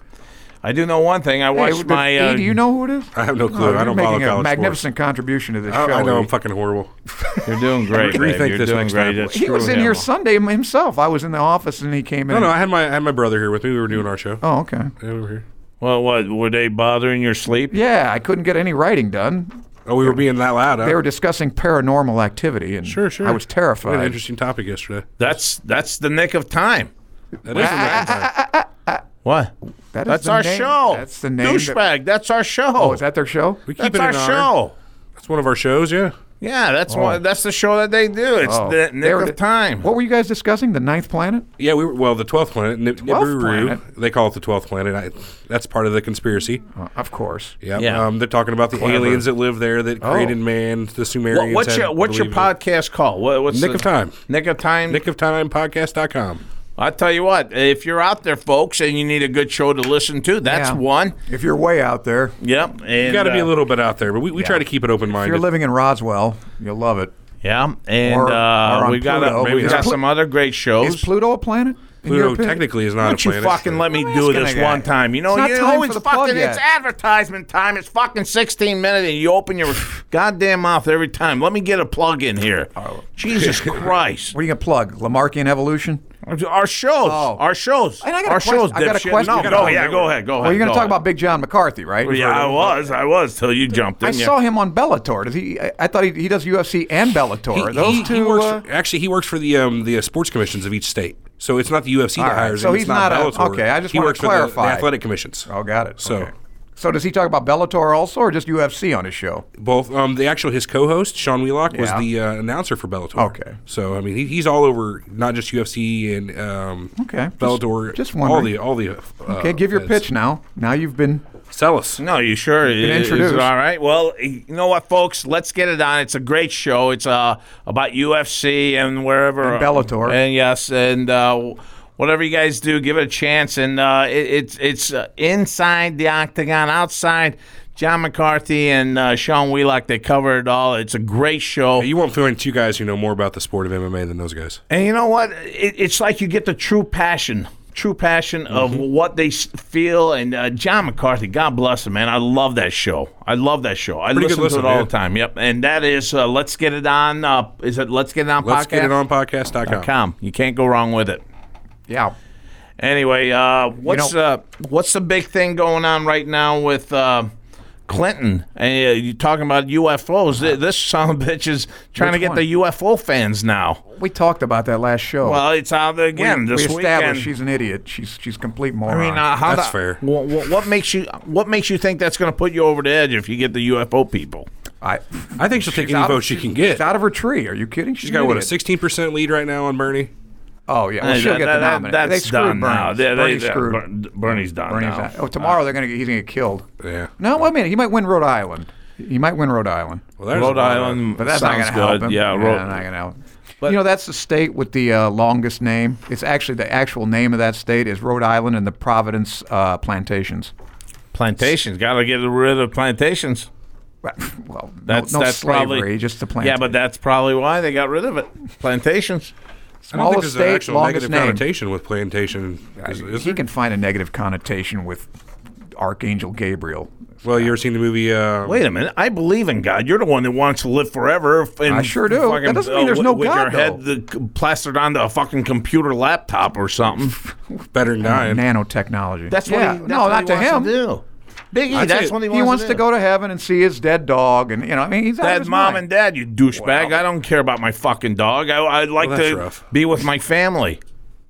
C: I do know one thing. I
D: Hey,
C: watched
D: did-
C: my.
D: E,
C: Uh,
D: do you know who it is? Oh,
E: I have no clue.
D: you're
E: I don't follow
D: making a
E: college
D: magnificent contribution to this
E: sports.
D: show.
E: I, I know I'm
D: E.
E: fucking horrible.
C: You're doing great.
E: Rethink
C: Dave. You're
E: this
C: doing
E: next
C: great.
E: time.
C: It's
D: he was
C: screw
D: in
C: him.
D: here Sunday himself. I was in the office and he came in.
E: No, no.
D: and-
E: I had my I had my brother here with me. We were doing our show.
D: oh, okay.
E: Yeah, we were here.
C: Well, what were they bothering your sleep?
D: Yeah, I couldn't get any writing done.
E: Oh, we were being that loud. huh?
D: They were discussing paranormal activity, and
E: Sure, sure.
D: I was
E: We had an
D: terrified.
E: interesting topic yesterday.
C: That's that's the nick of time.
E: That is a
C: What?
D: That is
C: That's
D: the
C: our
D: name-
C: show.
D: That's the name. that-
C: Douchebag. that's our show.
D: oh, is that their show?
E: We keep
C: that's
E: it
C: our
E: in honor.
C: show.
E: That's one of our shows. Yeah.
C: Yeah, that's one. That's the show that they do. It's
D: Oh.
C: the
D: They
C: nick
D: were-
C: of time.
D: What were you guys discussing? The ninth planet?
E: Yeah, we were well the twelfth planet, Nib-
D: 12th
E: Nibiru.
D: planet?
E: They call it the twelfth planet. I, that's part of the conspiracy.
D: Uh, of course.
E: Yeah,
C: Yeah.
E: Um, they're talking about the aliens that live there that
D: Oh.
E: created man, the
C: What-
E: Sumerians.
C: what's
E: had-
C: your what's your
E: believed it.
C: podcast called? What, what's
E: Nick
C: the-
E: of Time.
C: Nick of time.
E: Nick of Time podcast.com.
C: I tell you what, if you're out there, folks, and you need a good show to listen to, that's
D: Yeah.
C: one.
D: If you're way out there,
C: Yep. And,
E: You got to be
C: uh,
E: a little bit out there, but we, we try to keep it open
D: if you're
E: minded.
D: living in Roswell, you'll love it.
C: Yeah, and
D: Or-
C: uh,
D: or on
C: we've got
D: Pluto.
C: a,
D: Maybe
C: we've got
D: there's Plu-
C: some other great
D: Is
C: shows.
D: Pluto a planet? in your
E: Pluto
D: opinion?
E: technically is not
C: Why
E: a
C: don't you
E: planet.
C: fucking let me
D: I'm
C: do
D: asking
C: this
D: a guy.
C: one time? You know,
D: It's not
C: you
D: time
C: always
D: for the plug
C: fucking it's
D: yet.
C: advertisement time. It's fucking sixteen minutes, and you open your goddamn mouth every time. Let me get a plug in here.
D: Oh.
C: Jesus Christ!
D: What are you gonna plug? Lamarckian evolution?
C: Our shows,
D: Oh.
C: our shows,
D: And I got a
C: our
D: question-
C: shows.
D: I got a
C: dipshit.
D: question.
C: No,
D: You
C: go
D: gotta-
C: yeah, go ahead, go ahead.
D: Well, you're gonna
C: go
D: talk
C: ahead.
D: about Big John McCarthy, right?
C: Yeah, I was, I was till you jumped in.
D: I
C: yeah.
D: saw him on Bellator. Does he? I- I thought he, he does UFC and Bellator.
E: He,
D: Are Those
E: he-
D: two.
E: he works
D: uh,
E: for- actually, he works for the um, the uh, sports commissions of each state. So it's not the UFC
D: All
E: that
D: right,
E: hires
D: so
E: him.
D: he's
E: it's not,
D: not a-
E: Bellator.
D: okay, I just
E: he
D: wanna
E: works for the- the,
D: clarify.
E: athletic commissions.
D: oh, got it.
E: So
D: Okay. So does he talk about Bellator also, or just UFC on his show?
E: Both um, the actual his co-host Sean Wheelock was
D: Yeah.
E: the uh, announcer for Bellator.
D: Okay.
E: so I mean he, he's all over not just UFC and um,
D: Okay, just-
E: Bellator.
D: just
E: all
D: wondering.
E: the all the. Uh,
D: Okay, give your
E: feds.
D: pitch now. Now you've been
E: Sell us.
C: No, you sure? Is- is
D: introduced.
C: it all right. Well, you know what, folks? Let's get it on. It's a great show. It's uh, about UFC and wherever.
D: And Bellator.
C: And yes, and uh, whatever you guys do, give it a chance. And uh, it, it's it's uh, inside the octagon, outside. John McCarthy and uh, Sean Wheelock, they cover it all. It's a great show.
E: You won't find two guys who know more about the sport of MMA than those guys.
C: And you know what? It, it's like you get the true passion, true passion of what they s- feel. And uh, John McCarthy, God bless him, man. I love that show. I love that show. I
E: Pretty
C: listen
E: good
C: to
E: listen,
C: it all
E: yeah.
C: the time. Yep. And that is uh, Let's Get It On. Uh, is it Let's Get It On
E: Let's
C: podcast?
E: get it on podcast.com.
C: Com. You can't go wrong with it.
D: yeah.
C: Anyway, uh, what's
D: know-
C: uh, what's the big thing going on right now with uh, Clinton? Uh, you talking about UFOs? Th- This son of a bitch is trying to
D: Which
C: get
D: one?
C: the UFO fans now.
D: We talked about that last show.
C: Well, it's out there
D: we,
C: again this
D: we established
C: weekend.
D: she's an idiot. She's she's a complete
C: I
D: moron.
C: mean, uh, how
E: That's
C: the-
E: fair.
C: wh- wh- What, makes you What makes you think that's going to put you over the edge if you get the UFO people?
D: I,
E: I think she'll take any vote she can get.
D: She's out of her tree. Are you kidding?
E: She's got what a sixteen percent lead right now on Bernie.
D: Oh yeah, well, she'll get the nomination.
C: that's
D: they screwed
C: done
D: Bernie.
C: now. They- they-
D: Bernie's
C: they-
D: screwed.
C: Bern- Bernie's done
D: Bernie's
C: now.
D: out. Oh, tomorrow they're gonna get, he's gonna get killed.
E: Yeah.
D: No, well, I mean he might win Rhode Island. He might win Rhode Island.
E: Well, there's
C: Rhode
E: a lot of-
C: Island,
D: But that's not
C: sounds
D: gonna help
C: good.
D: him.
C: Yeah, Rhode-
D: not gonna help. you know that's the state with the uh, longest name. It's actually the actual name of that state is Rhode Island and the Providence uh, plantations.
C: plantations. Got to get rid of plantations.
D: Well,
C: That's
D: no, no
C: that's
D: slavery,
C: probably
D: just the
C: Yeah,
D: plantations.
C: but that's probably why they got rid of it. Plantations.
E: I don't think
D: smallest
E: there's
D: state,
E: an actual
D: longest
E: negative
D: name.
E: connotation with plantation. Is, is
D: he
E: there?
D: can find a negative connotation with Archangel Gabriel.
E: Well, you ever seen the movie? Uh,
C: Wait a minute. I believe in God. You're the one that wants to live forever. f- And
D: I sure do.
C: fucking,
D: That doesn't mean
C: uh,
D: there's
C: wi-
D: no
C: with
D: God,
C: your head
D: though.
C: the, c- plastered onto a fucking computer laptop or something.
E: better than dying.
D: Nanotechnology.
C: That's what
D: yeah.
C: he, that's
D: no,
C: what
D: not
C: he
D: to
C: wants
D: him.
C: do. Big E,
E: I'd
C: that's
E: say
C: what he
D: He
C: wants,
D: wants, to, go to heaven and see his dead dog, and you know, I mean, he's out of
C: Dad,
D: his
C: mom,
D: mind.
C: and dad, you douchebag. I don't care about my fucking dog. I, I'd like
E: Well, that's
C: to
E: rough.
C: be with my family.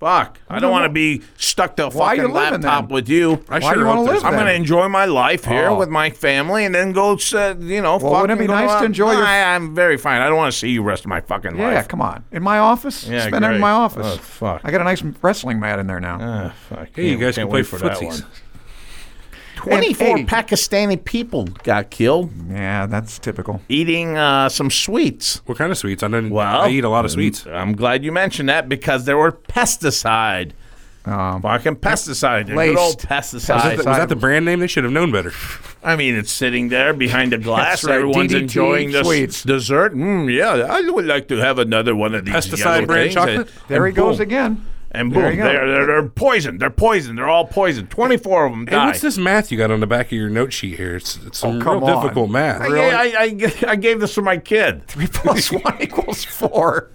C: Fuck. I don't want to be stuck to a
D: Why you
C: fucking
D: living,
C: laptop
D: then?
C: with you.
D: Why
E: I
D: do
E: sure
D: you
E: hope
D: wanna
E: there's-
D: live
C: I'm
D: then?
C: going to enjoy my life here
D: Oh.
C: with my family and then go, uh, you know,
D: Well, wouldn't it
C: fucking
D: be
C: go
D: nice to
C: out-
D: enjoy your-
C: No, I, I'm very fine. I don't want to see you rest of my fucking
D: Yeah,
C: life.
D: come on. In my office?
C: Yeah,
D: Spend it
C: great.
D: in my office.
C: Oh, fuck.
D: I got a nice wrestling mat in there now.
C: Ah, fuck.
E: Hey, you
C: Can't-
E: guys
C: can't
E: can play
C: wait for that one.
E: footsies.
C: 24
D: And- hey.
C: Pakistani people got killed
D: yeah, that's typical.
C: eating uh, some sweets.
E: What kind of sweets? I know.
C: Well,
E: I eat a lot of sweets.
C: I'm glad you mentioned that because there were pesticide.
D: Um,
C: Fucking pesticide. the Good
D: Laced.
C: old
E: Was that,
C: pesticide.
E: the, was that the brand name? They should have known better.
C: I mean, it's sitting there behind the glass.
D: That's right,
C: Everyone's
D: DDT
C: enjoying this
D: sweets.
C: dessert. Mm, yeah, I would like to have another one of these yellow
E: Pesticide brand
C: things.
E: chocolate.
C: And-
D: there
C: and
D: he goes
C: boom.
D: again.
C: And boom,
D: There you go.
C: they're, they're, they're poisoned. They're poisoned. They're all poisoned. 24 of them
E: Hey,
C: died.
E: what's this math you got on the back of your note sheet here? It's, it's some
D: Oh, come
E: real
D: on.
E: difficult math.
C: I, I, I, I gave this to my kid.
D: Three plus one equals four.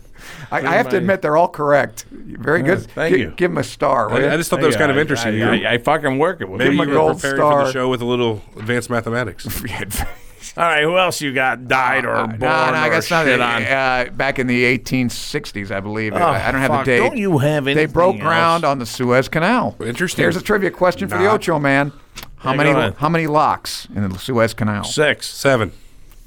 D: I, I have to admit, they're all correct. Very good.
C: thank
D: Gi-
C: you.
D: Give him a star. will
E: I,
D: you?
E: I just thought that was kind of
C: I-
E: interesting.
C: I,
E: You-
C: I- I fucking work it. With
E: Maybe
C: me.
E: you
D: a gold
E: were preparing for the
D: star.
E: show with a little advanced mathematics.
C: All right, who else you got died or born
D: Uh, no, no, Oh, I
C: or
D: guess not.
C: shit on? Oh,
D: Uh, back in the 1860s, I believe. I I don't have
C: fuck,
D: the date.
C: Don't you have anything
D: They broke ground
C: else?
D: on the Suez Canal.
E: Interesting.
D: Here's a trivia question for the
E: Nah.
D: Ocho man. How
C: Yeah, go ahead.
D: many how many locks in the Suez Canal?
C: Six.
E: Seven.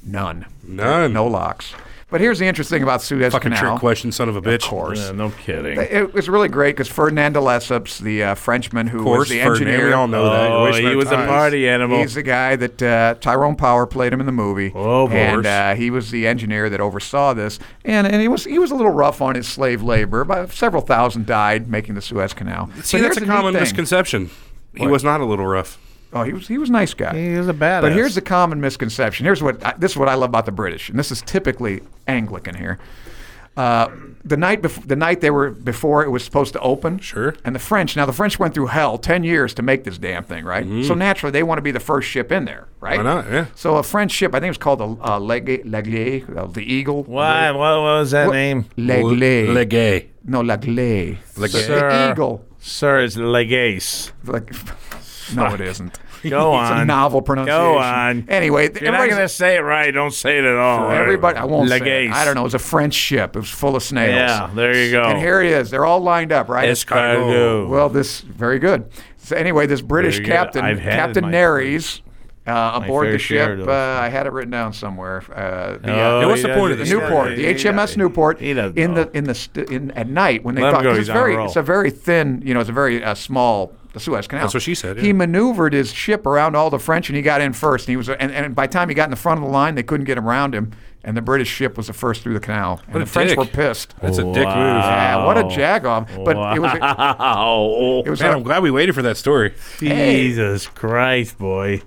D: None.
E: None.
D: No locks. But here's the interesting thing about Suez
E: Fucking
D: Canal.
E: trick question, son of a bitch.
D: Of course.
C: Yeah, no kidding.
D: It was really great because Ferdinand de Lesseps, the uh, Frenchman who
E: Of course,
D: was the
E: Ferdinand.
D: engineer,
E: We all know that. You're
C: Oh,
E: wasting
C: he
E: our
C: was a
E: time.
C: party animal.
D: He's the guy that uh, Tyrone Power played him in the movie.
C: Oh, of
D: and
E: course.
D: uh, he was the engineer that oversaw this, and and he was he was a little rough on his slave labor. About several thousand died making the Suez Canal.
E: See,
D: But
E: that's
D: here's
E: a
D: the neat
E: common
D: thing.
E: misconception. He was not a little rough.
D: Oh, he was he was a nice guy.
C: He was a badass.
D: But here's the common misconception. Here's what I, this is what I love about the British, and this is typically Anglican here. Uh, the night bef- the night they were before it was supposed to open.
E: Sure.
D: And the French now the French went through hell ten years to make this damn thing right.
C: Mm-hmm.
D: So naturally they want to be the first ship in there, right?
E: Why not? Yeah.
D: So a French ship, I think it was called the uh, Legue, Legle, uh, the Eagle.
C: Why? What was that
D: What-
C: name?
D: Legle.
E: Legay.
D: no, Legle.
E: Legle.
D: The Eagle.
C: Sir, it's Legace.
D: Like, no, it isn't.
C: Go
D: It's a
C: on.
D: novel pronunciation.
C: Go on.
D: Anyway,
C: You're not going to say it right. Don't say it at all.
D: Everybody, I won't say. it.
C: Oh, Legace.
D: I don't know. It was a French ship. It was full of snails.
C: Yeah, there you go.
D: And here it is. They're all lined up, right?
C: Escargot.
D: Well, this very good. So anyway, this British
C: Very good.
D: captain,
C: I've had it in
D: Captain
C: my-
D: Nares, uh, aboard
C: fair
D: the
C: share
D: ship.
C: of
D: Uh,
C: those.
D: I had it written down somewhere. Uh, the,
C: Oh,
D: uh,
E: what's the
C: he
E: point of
D: the
C: doesn't-
E: this?
D: Newport,
C: he
D: the
C: doesn't-
D: HMS Newport,
C: He doesn't
D: in
C: know.
D: the in the st- in at night when they
C: Let him
D: thought
C: go,
D: 'cause
C: he's
D: it's
C: on a
D: very
C: roll.
D: it's a very thin you know it's a very uh, small the Suez Canal.
E: That's what she said,
D: He
E: yeah.
D: maneuvered his ship around all the French and he got in first. And he was and, and by the time he got in the front of the line, they couldn't get around him. And the British ship was the first through the canal. And
E: What a
D: the French
E: dick.
D: were pissed.
E: That's a dick move.
D: Yeah, what a jagoff! But it was
C: Wow.
D: it was
E: Man, I'm glad we waited for that story.
C: Jesus Christ, boy.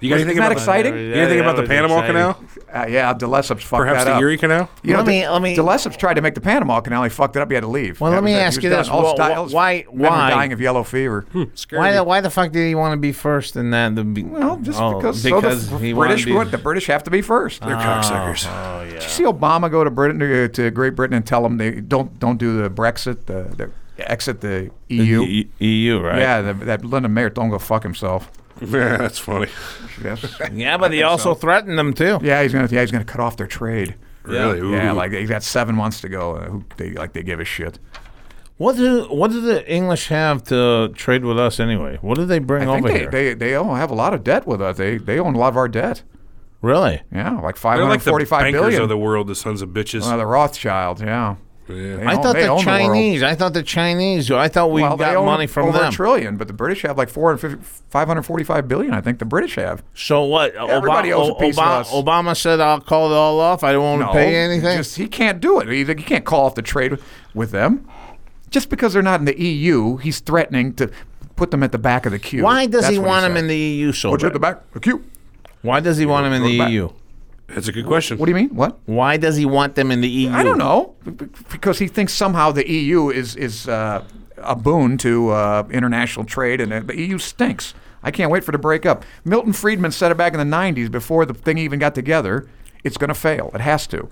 E: You got anything
D: that
E: about
D: exciting?
E: You got anything about the Panama Canal?
D: uh, yeah, Dillesip's fucked
E: Perhaps
D: that
E: the
D: up.
E: Erie Canal?
D: You know,
C: Let me-
D: De-
C: let me-
D: DeLesseps tried to make the Panama Canal. He fucked it up. He had to leave.
C: Well,
D: That
C: let
D: was
C: me
D: it. He
C: ask
D: was
C: you
D: done.
C: this.
D: All
C: Well,
D: sti-
C: wh-
D: all s-
C: why-
D: men were
C: why?
D: dying of yellow fever.
E: Scary.
C: Why the, why the fuck did he want to be first and that? The, be-
D: Well, just
C: oh,
D: because,
C: because
D: so the
C: he
D: f-
C: wanted
D: British
C: to Ah. be-
D: would- the British have to be first.
E: They're cocksuckers.
C: Oh, yeah.
D: Did you see Obama go to Britain to, to Great Britain and tell them they don't don't do the Brexit, the, the exit the EU?
C: E- EU, right?
D: Yeah, the, that London mayor don't go fuck himself.
E: Yeah, that's funny.
D: Yes.
C: Yeah, but he also threatened them too.
D: yeah, he's gonna yeah he's gonna cut off their trade.
E: Really? Ooh.
D: Yeah, like he's got seven months to go. Uh, who, they like they give a shit.
C: What do what do the English have to trade with us anyway? What do they bring
D: I think
C: over
D: they,
C: here?
D: they they all have a lot of debt with us. They they own a lot of our debt.
C: really?
D: Yeah, like
E: They're
D: five
E: like
D: hundred
E: the
D: forty-five
E: bankers
D: billion.
E: of the world, the sons of bitches.
D: Uh, the Rothschilds, yeah.
E: yeah.
D: They
C: I
D: own-
C: thought
D: they
C: the
D: own world.
C: Chinese. I thought the Chinese. I thought we
D: well, they
C: got
D: own
C: money from
D: over
C: them.
D: a trillion, but the British have like 450 545 billion, I think the British have.
C: so what?
D: Everybody
C: Obama,
D: owes a piece of
C: Obama,
D: us.
C: Obama said, "I'll call it all off. I don't want to pay anything."
D: Just, he can't do it. He, he can't call off the trade with them. Just because they're not in the EU, he's threatening to put them at the back of the queue.
C: Why does
D: That's
C: he
D: what
C: want them
D: said.
C: in the EU so
D: Put you at
C: bad?
D: the back of the queue.
C: Why does he want them in
D: Go
C: the
D: back.
C: EU?
E: That's a good question.
D: What do you mean? What?
C: Why does he want them in the E EU?
D: I don't know. B- b- Because he thinks somehow the EU is, is uh, a boon to uh, international trade, and uh, the EU stinks. I can't wait for it to break up. Milton Friedman said it back in the 90s before the thing even got together. It's going to fail. It has to.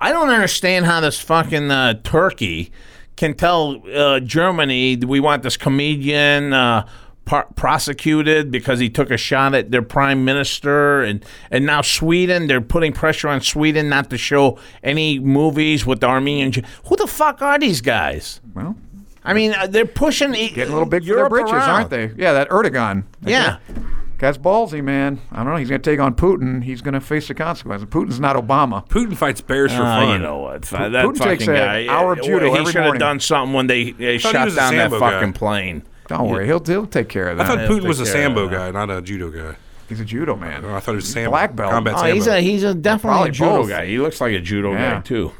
C: I don't understand how this fucking uh, Turkey can tell uh, Germany we want this comedian uh, par- prosecuted because he took a shot at their prime minister, and and now Sweden they're putting pressure on Sweden not to show any movies with the Armenian. Jew- Who the fuck are these guys?
D: Well,
C: I mean, uh, they're pushing e-
D: getting a little big
C: Europe
D: for their britches, aren't
C: around.
D: they? Yeah, that Erdogan.
C: Yeah.
D: That's ballsy, man. I don't know. He's going to take on Putin. He's going to face the consequences. Putin's not Obama.
E: Putin fights bears for
C: Uh,
E: fun.
C: you know what? Fu- that
D: Putin
C: fucking
D: takes a
C: guy.
D: hour of
C: uh,
D: judo
C: He
D: every
C: should have
D: morning.
C: done something when they, they
E: thought he
C: shot
E: was a
C: down that
E: Sambo guy.
C: fucking plane.
D: Don't worry. He'll, he'll take care of
E: I thought
D: that.
E: Putin was a
C: take care of
E: Sambo guy, not a judo guy.
D: He's a judo man.
E: Oh, I thought he was Sambo.
D: black belt.
E: Combat
D: Oh,
C: Oh,
E: Sambo.
C: he's a he's a definitely
D: Probably
C: a judo
D: both.
C: guy. He looks like a judo
D: Yeah.
C: guy too.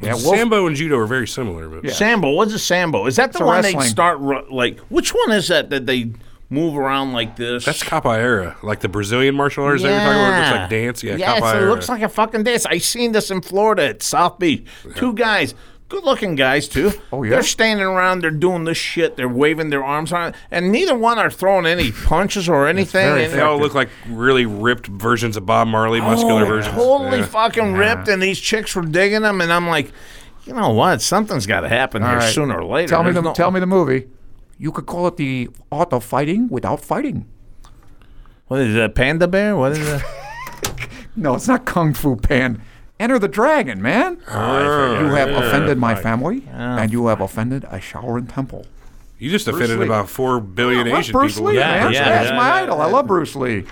D: Yeah, Wolf-
E: Sambo and judo are very similar, but
D: Yeah.
C: Sambo, what's a sambo? Is that the
D: a
C: one they
D: wrestling.
C: start ru- like? Which one is that that they move around like this?
E: that's capoeira, like the Brazilian martial arts they were talking about. It looks like dance. Yeah,
C: yes,
E: capoeira.
C: it looks like a fucking dance. I seen this in Florida at South Beach. Two guys, good looking guys too.
D: Oh, yeah?
C: They're standing around. They're doing this shit. They're waving their arms around, and neither one are throwing any punches or anything.
D: very
C: and-
E: They all look like really ripped versions of Bob Marley, muscular
C: Oh,
E: versions.
C: Totally
E: Yeah.
C: fucking ripped, and these chicks were digging them, and I'm like, you know what? Something's got to happen
D: All
C: here
D: right.
C: sooner or later.
D: Tell me
C: There's
D: the
C: no-
D: tell me the movie. You could call it the art of fighting without fighting.
C: What is that? Panda bear? What is that?
D: No, it's not Kung Fu Pan. Enter the Dragon, man.
E: Oh.
D: you have offended my family, and you have offended a Shaolin temple.
E: You just offended
D: Lee.
E: about four billion
D: I love
E: Asian
D: Bruce
E: people.
D: Lee,
C: Yeah,
D: man.
C: yeah,
D: That's
C: yeah,
D: my
C: yeah,
D: idol. I love Bruce Lee.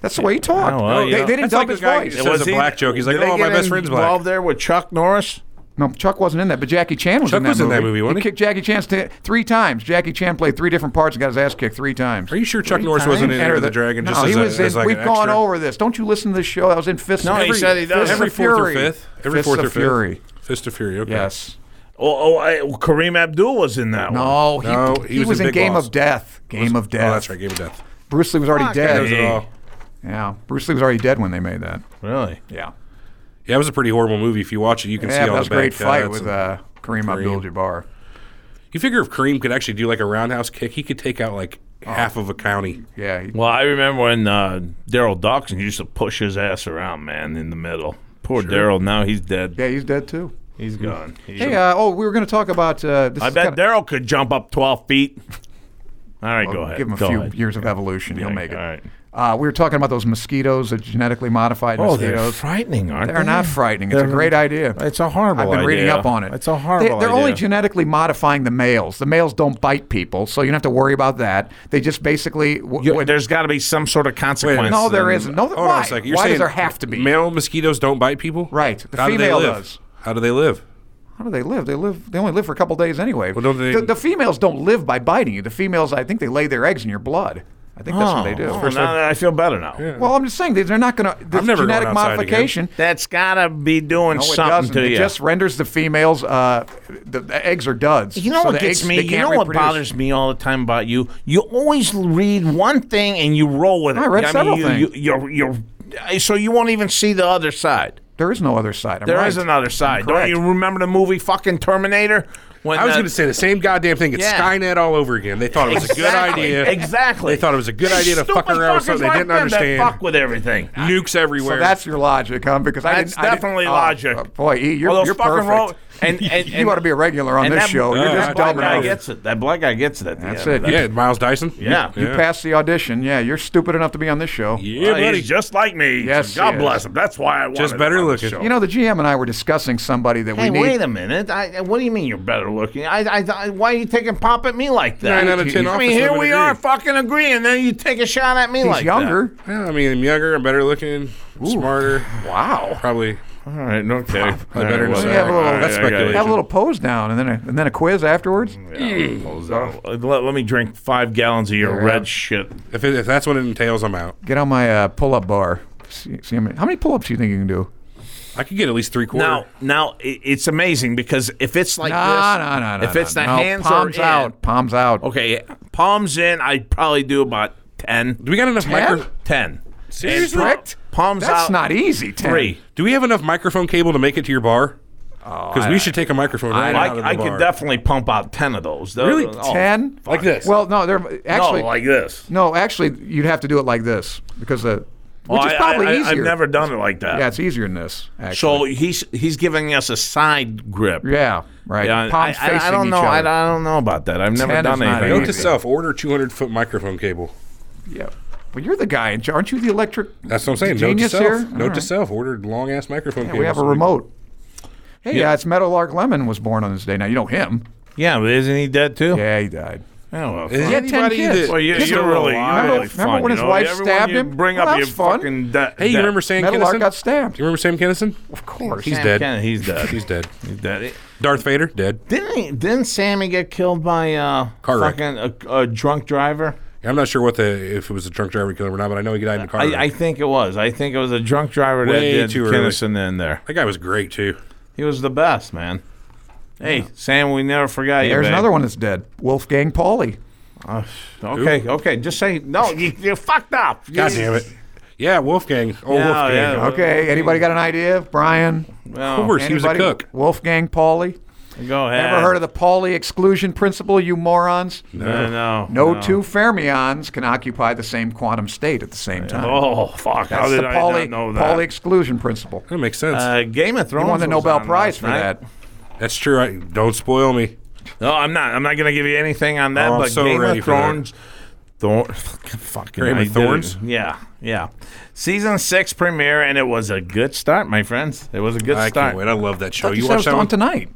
D: That's the way he talked.
C: Oh, well,
D: they,
C: yeah.
D: they didn't
E: That's like
D: dump his
E: the guy-
D: voice.
E: it was a black joke. He's like,
C: Did they
E: "Oh, my
C: get
E: best friend's black."
C: involved there with Chuck Norris.
D: No, Chuck wasn't in that, but Jackie Chan was
E: Chuck
D: in that
E: was in
D: movie.
E: that movie, wasn't
D: he
E: he?
D: kicked Jackie Chan st- three times. Jackie Chan played three different parts and got his ass kicked three times.
E: Are you sure Chuck Norris wasn't in
D: Enter
E: Enter the Dragon?
D: No,
E: just
D: he
E: as a-
D: was in.
E: as like
D: we've
E: an
D: gone
E: extra?
D: over this. Don't you listen to this show? I was in Fist.
C: No,
D: of
C: he
D: Fury.
C: said he doesn't.
D: Fist of
E: every fourth
D: Fury.
E: or fifth. Every
D: Fist
E: fourth
D: of
E: or fifth.
D: Fury.
E: Fist of Fury. Okay.
D: Yes.
C: Oh, oh I, Kareem Abdul was in that one.
D: No, he,
E: No, he
D: he,
E: was
D: was
E: in
D: in
E: Big
D: Game
E: Boss.
D: of Death. Game of Death.
E: Oh, that's right. Game of Death.
D: Bruce Lee was already
E: That knows it
D: dead.
E: all.
D: Yeah, Bruce Lee was already dead when they made that.
C: Really?
D: Yeah.
E: Yeah, it was a pretty horrible movie. If you watch it, you can
D: Yeah,
E: see
D: that
E: all
D: was a
E: the
D: great
E: bad
D: fight
E: cuts
D: with
E: and-
D: uh, Kareem Abdul-Jabbar.
E: You figure if Kareem could actually do like a roundhouse kick, he could take out like
D: Oh.
E: half of a county.
D: Yeah, he,
C: Well, I remember when uh, Daryl Dawkins used to push his ass around, man, in the middle. Poor Daryl. Now he's dead.
D: yeah, he's dead too.
C: He's gone. He's
D: Hey,
C: a-
D: uh, oh, we were going to talk about. Uh, this
C: I
D: is
C: bet
D: kinda-
C: Daryl could jump up twelve feet. All right, go
D: Well,
C: ahead.
D: Give him a
C: Go
D: few
C: ahead.
D: years of evolution. He'll
C: Yeah,
D: make it.
C: all right.
D: Uh, we were talking about those mosquitoes, the genetically modified
C: Oh,
D: mosquitoes.
C: they're frightening, aren't they?
D: They're not frightening. It's a
C: They're-
D: great idea.
C: It's a horrible
D: I've been reading
C: idea.
D: up on it.
C: It's a horrible
D: They, they're only
C: idea.
D: genetically modifying the males. The males don't bite people, so you don't have to worry about that. They just basically. W-
C: You-
D: w-
C: there's got to be some sort of consequence.
D: No, there
E: then-
D: isn't. No, th-
E: hold on a
D: why?
E: second. You're
D: Why does
E: saying
D: there have to be?
E: Male mosquitoes don't bite people.
D: Right. The
E: How
D: female
E: do they live?
D: does.
E: How do they live?
D: how do they live? They live. They only live for a couple days anyway.
E: Well, don't they-
D: the, the females don't live by biting you. The females, I think, they lay their eggs in your blood. I think that's what they do.
C: Oh, now that I feel better now.
D: Well, I'm just saying they- they're not going to.
E: I'm never going
D: genetic
E: outside again.
D: modification.
C: That's got to be doing
D: No, it
C: something
D: doesn't.
C: to
D: It
C: you.
D: just renders the females. Uh, the, the eggs are duds.
C: You know
D: So
C: what
D: the
C: gets
D: eggs-
C: me?
D: they
C: You know
D: can't
C: what
D: reproduce.
C: bothers me all the time about you? You always read one thing and you roll with it.
D: I read several
C: you,
D: things.
C: You, are you're, so you won't even see the other side.
D: There is no other side. I'm
C: There is
D: right.
C: another side. Don't
D: correct.
C: you remember the movie fucking Terminator? When
E: I was
C: the-
E: going to say the same goddamn thing. It's
C: Yeah.
E: Skynet all over again. They thought it was a good
C: Exactly,
E: idea.
C: Exactly.
E: They thought it was a good
C: These
E: idea to fuck
C: stupid
E: around with
C: fuckers
E: something they
C: like
E: didn't
C: them that
E: understand.
C: Fuck with everything.
E: Nukes everywhere.
D: So that's your logic, huh? Because I
C: That's
D: didn't, I didn't-
C: definitely
D: oh,
C: logic.
D: uh, boy, E, you're,
C: Although
D: you're
C: fucking
D: perfect.
C: Ro- and- and-
D: you
C: and-
D: ought to be a regular on
C: and
D: this
C: that-
D: show. You're
E: uh,
D: just
E: that
C: black
D: dumb
C: guy
D: enough.
C: gets it. That black guy gets it at the
D: That's
C: end.
D: it.
E: yeah, Miles Dyson.
C: Yeah.
E: yeah.
D: You passed the audition. Yeah, you're stupid enough to be on this show.
E: Yeah,
C: Uh,
E: buddy.
C: he's just like me.
D: Yes,
C: God
D: he is.
C: bless him. That's why I wanted
E: Just
C: him
E: better
C: on the
E: looking.
C: show.
D: You know, the GM and I were discussing somebody that
C: Hey,
D: we need.
C: wait a minute! I, I- what do you mean you're better looking? I, I, I- why are you taking pop at me like that?
E: Nine out of ten
C: I
E: office
C: mean, here
E: women
C: we
E: agree.
C: are, fucking agreeing, then you take a shot at me
D: He's
C: like
D: younger.
E: Yeah, I mean, I'm younger, I'm better looking, smarter.
D: Wow.
E: Probably.
C: that. All right, okay. I
E: better
D: say. have a little-
E: That's speculation.
D: Have a little pose down and then a, and then a quiz afterwards.
C: Let, let me drink five gallons of your
D: Yeah.
C: red shit.
E: If, it, if that's what it entails, I'm out.
D: Get on my uh, pull-up bar. See, see how many, how many pull-ups do you think you can do?
E: I could get at least three quarters.
C: Now, now i- it's amazing because if it's like
D: no,
C: this,
D: no, no, no.
C: if it's
D: no,
C: the
D: no.
C: hands
D: palms
C: are
D: out, palms out.
C: in, okay, palms in, I'd probably do about ten.
E: do we got enough
D: Ten?
E: micro?
C: Ten.
E: Seriously?
C: And
D: Correct?
C: Palms
D: That's
C: out.
D: not easy. Tim.
C: three.
E: Do we have enough microphone cable to make it to your bar? Because we should take a microphone right out of the
C: Oh, I, I
E: bar.
C: could definitely pump out ten of those. Those-
E: Really?
C: oh,
D: Ten.
E: Like this.
D: Well, no, they're actually
C: no, like this.
D: No, actually, you'd have to do it like this because the which
C: Well,
D: is
C: Oh, I-
D: probably
C: I, I,
D: easier.
C: I've never done it like that.
D: Yeah, it's easier than this. Actually.
C: so he's he's giving us a side grip.
D: yeah, right.
C: Yeah,
D: Palms
C: I, I- I
D: facing
C: don't
D: each
C: know. I,
D: other.
C: I don't know about that. I've never
D: Ten
C: done
D: is not
C: anything.
E: Note
C: like
E: to
D: easy.
C: that.
E: self: order 200 foot microphone cable.
D: yeah. Well, you're the guy, in charge. aren't you the electric?
E: That's what I'm saying. Note to
D: Genius
E: self.
D: here?
E: Note
D: All
E: to
D: right.
E: self: order long ass microphone
D: Yeah,
E: cable.
D: we have a remote. Hey, yeah, it's Meadowlark Lemon was born on this day. Now you know him.
C: Yeah, but isn't he dead too?
D: Yeah, he died.
C: Oh, well,
E: Is
C: fuck.
D: He had ten
E: Anybody
D: kids.
E: that-
C: Well, you,
D: Kids
C: you're
D: are
C: really,
D: alive.
C: you're really
D: Remember-
C: fun,
D: remember when
C: you
D: his
C: know?
D: wife
C: Everyone
D: stabbed
C: you
D: him?
C: Bring
D: Well,
C: up
D: that
C: your
D: was fun.
C: fucking death.
E: Hey, you remember Sam
D: Meadowlark
E: Kinison?
D: got
E: Do
D: stabbed.
E: you remember Sam Kinison?
D: Of course.
E: He's dead.
C: he's dead.
E: He's dead.
C: He's dead.
E: Darth Vader dead.
C: Didn't he, didn't Sammy get killed by uh,
E: Car wreck.
C: fucking a, a drunk driver?
E: I'm not sure what the if it was a drunk driver killer or not, but I know he died in the car. wreck.
C: I, I think it was. I think it was a drunk driver that
E: Way
C: did
E: too early.
C: Kinnison in there.
E: that guy was great too.
C: He was the best, man. Hey, Sam, we never forgot you.
D: There's
C: babe.
D: another one that's dead. Wolfgang Pauli.
C: Okay, okay. Just say no. You, you fucked up.
E: God damn it. Yeah, Wolfgang. Oh,
C: Yeah,
E: Wolfgang.
C: yeah.
E: Of
D: Okay, anybody got an idea? Brian.
C: No,
E: course, he was a
D: anybody?
E: cook.
D: Wolfgang Pauli.
C: Go ahead.
D: Ever heard of the Pauli exclusion principle, you morons?
C: No, no.
D: No two fermions can occupy the same quantum state at the same time.
C: Oh fuck! How
D: That's
C: did
D: the
C: I
D: Pauli,
C: not know that?
D: Pauli exclusion principle.
E: That makes sense.
C: uh, Game of Thrones
D: He won the
C: was
D: Nobel
C: on
D: Prize
C: last
D: for
C: night.
D: that.
E: That's true. I, don't spoil me.
C: No, I'm not. I'm not going to give you anything on that.
E: Oh, I'm
C: but
E: so
C: Game
E: ready
C: of
E: for that.
C: Thrones. Thorn, fucking
E: Game of
C: I did.
E: Thorns?
C: Yeah, yeah. Season six premiere, and it was a good start, my friends. It was a good
E: I
C: start.
E: can't wait. I love that show.
C: Oh,
D: Thought you,
E: You
D: said it
E: watched
D: was
E: that
D: on
E: one
D: tonight.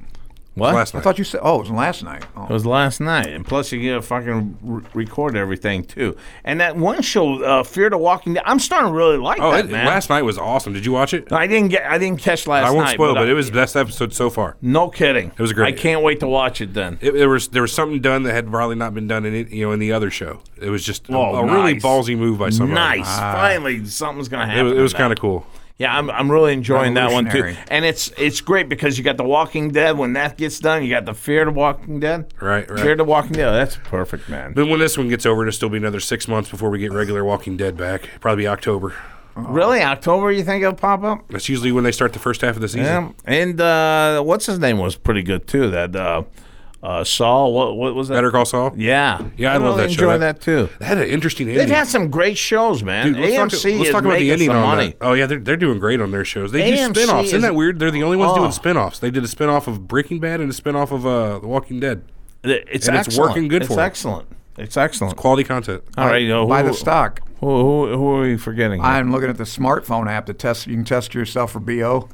C: What?
E: last
D: I
E: night.
D: thought you said. Oh, it was last night.
C: It
D: Oh.
C: was last night, and plus you get to fucking re- record everything too. And that one show, uh, Fear the Walking Dead, I'm starting to really like
E: Oh,
C: that
E: it,
C: man.
E: last night was awesome. Did you watch it?
C: I didn't get, I didn't catch last night.
E: I won't spoil, but
C: I-
E: it was the best episode so far.
C: no kidding. It
E: was great.
C: I can't wait to watch it then.
E: It, there was there was something done that had probably not been done in it, you know in the other show. It was just a-
C: Oh,
E: a, really
C: nice.
E: ballsy move by somebody. Ah.
C: Nice. Finally, something's gonna
E: It
C: happen.
E: was, it
C: in
E: was
C: that.
E: kind of cool.
C: Yeah, I'm, I'm really enjoying that one too.
D: Revolutionary.
C: And it's it's great because you got The Walking Dead. When that gets done, you got the Fear the Walking Dead.
E: Right, right.
C: Fear the Walking Dead. That's perfect, man.
E: But when this one gets over, it'll still be another six months before we get regular Walking Dead back. Probably be October.
C: Really, October? You think it'll pop up?
E: That's usually when they start the first half of the season.
C: Yeah, and uh, what's his name was pretty good too. That uh, uh, Saul, what what was that?
E: Better Call Saul.
C: Yeah,
E: Yeah, I
C: really
E: love that show.
C: Enjoy that
E: That-
C: too.
E: That had an interesting ending.
C: They've had some great shows, man.
E: Dude, let's
C: AMC
E: talk, let's
C: is
E: talk about the
C: making
E: ending
C: some
E: on
C: money.
E: that. Oh yeah, they're, they're doing great on their shows. They
C: AMC
E: do spin-offs. Isn't
C: is-
E: that weird? They're the only ones
C: Oh.
E: doing spin-offs. They did a spin-off of Breaking Bad and a spin-off of uh, The Walking Dead.
C: It's
E: and it's
C: excellent.
E: working good
C: it's
E: for 'em.
C: excellent. It's excellent.
E: Quality content.
D: Oh,
C: All right, you know,
D: Buy
C: who-
D: the stock.
C: Who, who, who are we forgetting?
D: I'm looking at the smartphone app to test. You can test yourself for BO.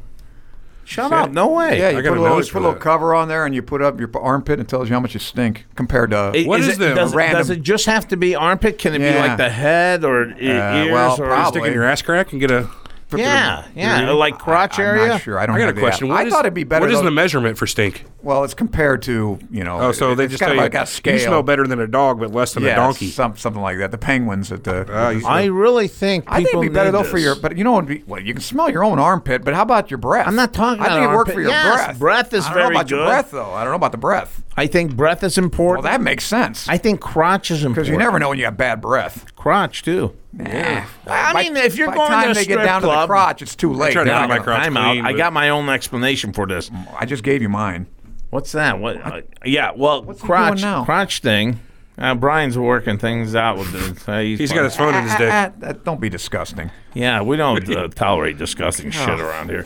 C: Shut up! No way.
D: Yeah, you
E: I
D: put
E: got
D: a
E: a
D: little,
E: nose
D: you
E: for
D: put a little
E: that.
D: cover on there, and you put up your p- armpit, and it tells you how much you stink compared to.
C: I-
E: What is
C: it,
E: the
C: does, it-
D: random-
C: does it just have to be armpit? Can it be
D: Yeah.
C: like the head or e-
D: Uh,
C: ears?
D: well,
C: or
D: probably.
E: Stick in your ass crack and get a.
C: Yeah, yeah, like crotch
D: I'm
C: area.
D: not sure. I don't.
E: I got
D: have
E: a
D: the
E: question.
D: app.
E: What
D: I
E: is-
D: thought it'd be better.
E: What is
D: though-
E: the measurement for stink?
D: Well, it's compared to you know.
E: Oh, so they
D: it's
E: just
D: kind
E: tell
D: of
E: you
D: like a scale.
E: you smell better than a dog, but less than
D: yeah,
E: a donkey.
D: Some, something like that. The penguins at the.
E: Ah, you-
C: I really think Uh, people
D: I think it'd be better
C: need
D: though
C: this.
D: for your. But you know, it'd be, well, you can smell your own armpit, but how about your breath?
C: I'm not talking
D: I think
C: about
D: it worked
C: armpit.
D: for your
C: Yes,
D: breath.
C: breath is
D: I don't
C: very
D: know about
C: good.
D: your breath though. I don't know about the breath.
C: I think breath is important.
D: Well, that makes sense
C: I think crotch is important.
D: because you never know when you have bad breath.
C: crotch too.
D: Yeah.
C: I mean, if you're
D: by
C: going to
D: time
C: a
D: they
C: strip
D: get down to the
C: club-
D: crotch, it's too late.
E: tried to
D: They're
E: get
D: not
E: my
D: gonna-
E: crotch
C: I'm out.
E: clean,
C: I
E: but-
C: got my own explanation for this.
D: I just gave you mine.
C: What's that? What? Uh, yeah. Well,
D: What's he doing
C: crotch
D: now?
C: crotch thing. Uh, Brian's working things out with this. Uh, he's
E: He's
C: fine.
E: got his phone in his dick.
D: Ah, that- don't be disgusting.
C: Yeah, we don't uh, tolerate disgusting shit around here.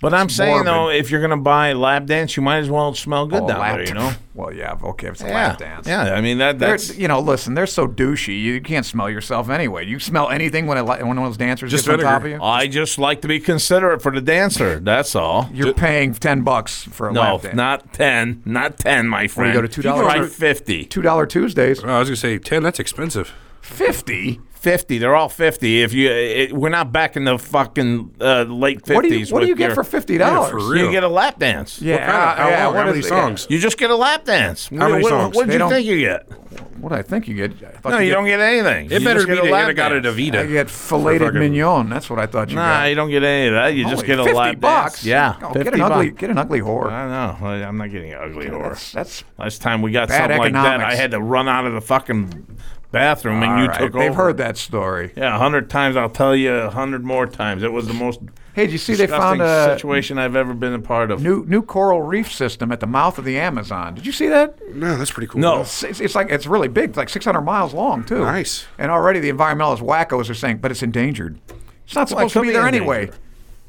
C: But I'm saying
D: morbid.
C: though, if you're gonna buy lab dance, you might as well smell good
D: Oh,
C: down
D: lap-
C: there. You know.
D: Well, yeah, okay, it's a
C: Yeah.
D: lap dance.
C: Yeah. I mean that.
D: They're,
C: That's.
D: you know, listen, they're so douchey. You can't smell yourself anyway. You smell anything when, a, li- when one of those dancers
E: Just
D: gets on top of
E: vinegar.
D: you.
C: I just like to be considerate for the dancer. That's all.
D: You're paying ten bucks for a
C: No,
D: lap dance.
C: not ten, not ten, my friend.
D: go to $2
C: Try
D: for-
C: fifty.
D: Two dollar Tuesdays,
E: Oh, I was gonna say ten. That's expensive.
D: fifty.
C: 50 they're all 50 if you it, we're not back in the fucking uh, late 50s
D: What do you What do
C: with
D: you get
C: your-
D: for fifty
E: Yeah, for
D: dollars?
E: real.
C: you get a lap dance
D: Yeah, uh,
E: Kinda, how
D: yeah,
E: long?
D: what
E: How many
D: is it? Yeah.
E: songs?
C: you just get a lap dance
E: How many
C: what,
E: songs?
C: what
D: They
C: do you
D: don't-
C: think you get
D: What I think you get. I thought
C: no
D: you,
C: you don't get anything
E: It
C: You
E: better
C: just
E: be
C: get
E: that
C: a
E: you
C: lap
E: would have got a
C: dance.
E: Davita.
D: I get
E: For
D: filleted
E: fucking-
D: mignon. That's what I thought you
C: nah
D: got.
C: you don't get any of that you just
D: Only
C: get a
D: 50
C: lap
D: bucks.
C: dance yeah
D: Oh,
C: 50
D: get an ugly,
C: bucks.
D: get an ugly whore.
C: I know. I- I'm not getting an ugly horse.
D: That's that's
C: Last time we got
D: Bad
C: something like that, I
D: economics.
C: had to run out of the fucking bathroom, and
D: all
C: you
D: right.
C: took over.
D: They've heard that story.
C: Yeah, a hundred times. I'll tell you a hundred more times. It was the most
D: Hey, did you see they
C: disgusting
D: found a
C: situation I've ever been a part of.
D: new new coral reef system at the mouth of the Amazon? Did you see that?
E: No, that's pretty cool.
C: No.
D: It's, it's it's like it's really big, it's like 600 miles long too.
E: Nice.
D: And already the environmentalist wackos are saying, but it's endangered. It's not
C: Well, it
D: supposed to
C: could
D: be
C: be
D: there
C: endangered.
D: anyway.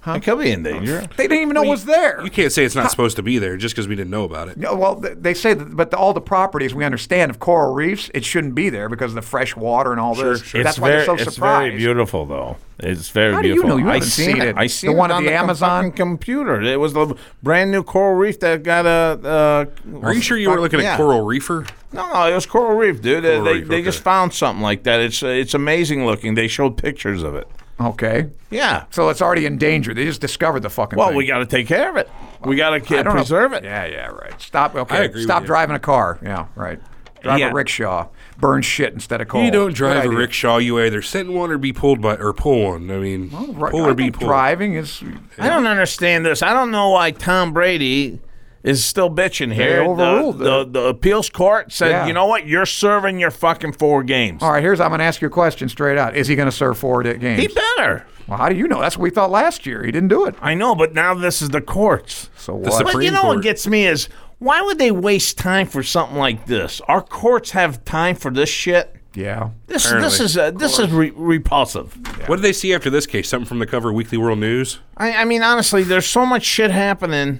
C: It could be in danger.
D: They didn't even know it was there.
E: You can't say it's not supposed to be there just because we didn't know about it.
D: Yeah, well, th- they say that, but the, all the properties we understand of coral reefs, it shouldn't be there because of the fresh water and all this.
E: sure.
D: That's
C: it's
D: why
C: very,
D: they're so
C: it's
D: surprised.
C: very beautiful, though. It's very
D: How do you
C: beautiful.
D: know? You
C: I
D: haven't
C: seen
D: seen
C: it.
D: it.
C: I
D: The
C: seen
D: one
C: it
D: at
C: on
D: the
C: com-
D: Amazon?
C: fucking computer. It was a brand new coral reef that got a. Uh,
E: Are you sure you were looking at coral reefer?
C: No, no, it was coral reef, dude. They-
E: Coral
C: they
E: reef,
C: they
E: okay.
C: just found something like that. It's uh, it's amazing looking. They showed pictures of it.
D: Okay,
C: Yeah.
D: so it's already in danger. They just discovered the fucking.
C: Well,
D: thing.
C: we got to take care of it. We got
D: I
C: to
D: don't know.
C: preserve it.
D: Yeah, yeah, right. Stop. Okay,
E: I agree
D: stop
E: with you.
D: driving a car. Yeah, right. Drive
C: Yeah.
D: a rickshaw. Burn shit instead of coal.
E: You don't
D: Good
E: drive a
D: idea.
E: rickshaw. You either send one or be pulled by or pull one. I mean,
D: Right,
E: pull
D: I
E: or be
D: think
E: pulled.
D: driving is
C: I don't understand this. I don't know why Tom Brady is still bitching here. The-
D: overruled
C: the,
D: it.
C: the, appeals court said,
D: Yeah.
C: you know what? You're serving your fucking four games.
D: all right. Here's I'm going to ask you a question straight out. Is he going to serve four di- games?
C: He better.
D: well, how do you know? That's what we thought last year. He didn't do it.
C: I know, but now this is the courts.
D: So what?
E: The
C: But you
E: Supreme
C: know what
E: Court.
C: gets me is why would they waste time for something like this? Our courts have time for this shit.
D: yeah.
C: This this
E: Apparently.
C: is uh, this is re- repulsive.
E: What did they see after this case? Something from the cover of Weekly World News.
C: I, I mean, honestly, there's so much shit happening.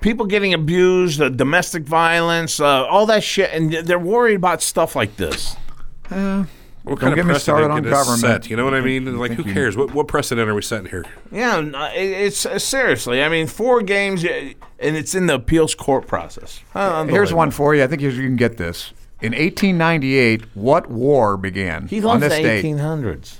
C: People getting abused, uh, domestic violence, uh, all that shit, and they're worried about stuff like this.
E: What
D: Don't get me started on
E: did this
D: government.
E: Set, you know what I mean? Like, who cares? What what precedent are we setting here?
C: Yeah, n- uh, it- it's uh, seriously. I mean, four games, uh, and it's in the appeals court process. Uh,
D: Here's
C: unbelievable.
D: one for you. I think you you can get this. In 1898, what war began?
C: He
D: on
C: loves the
D: this date?
C: 1800s.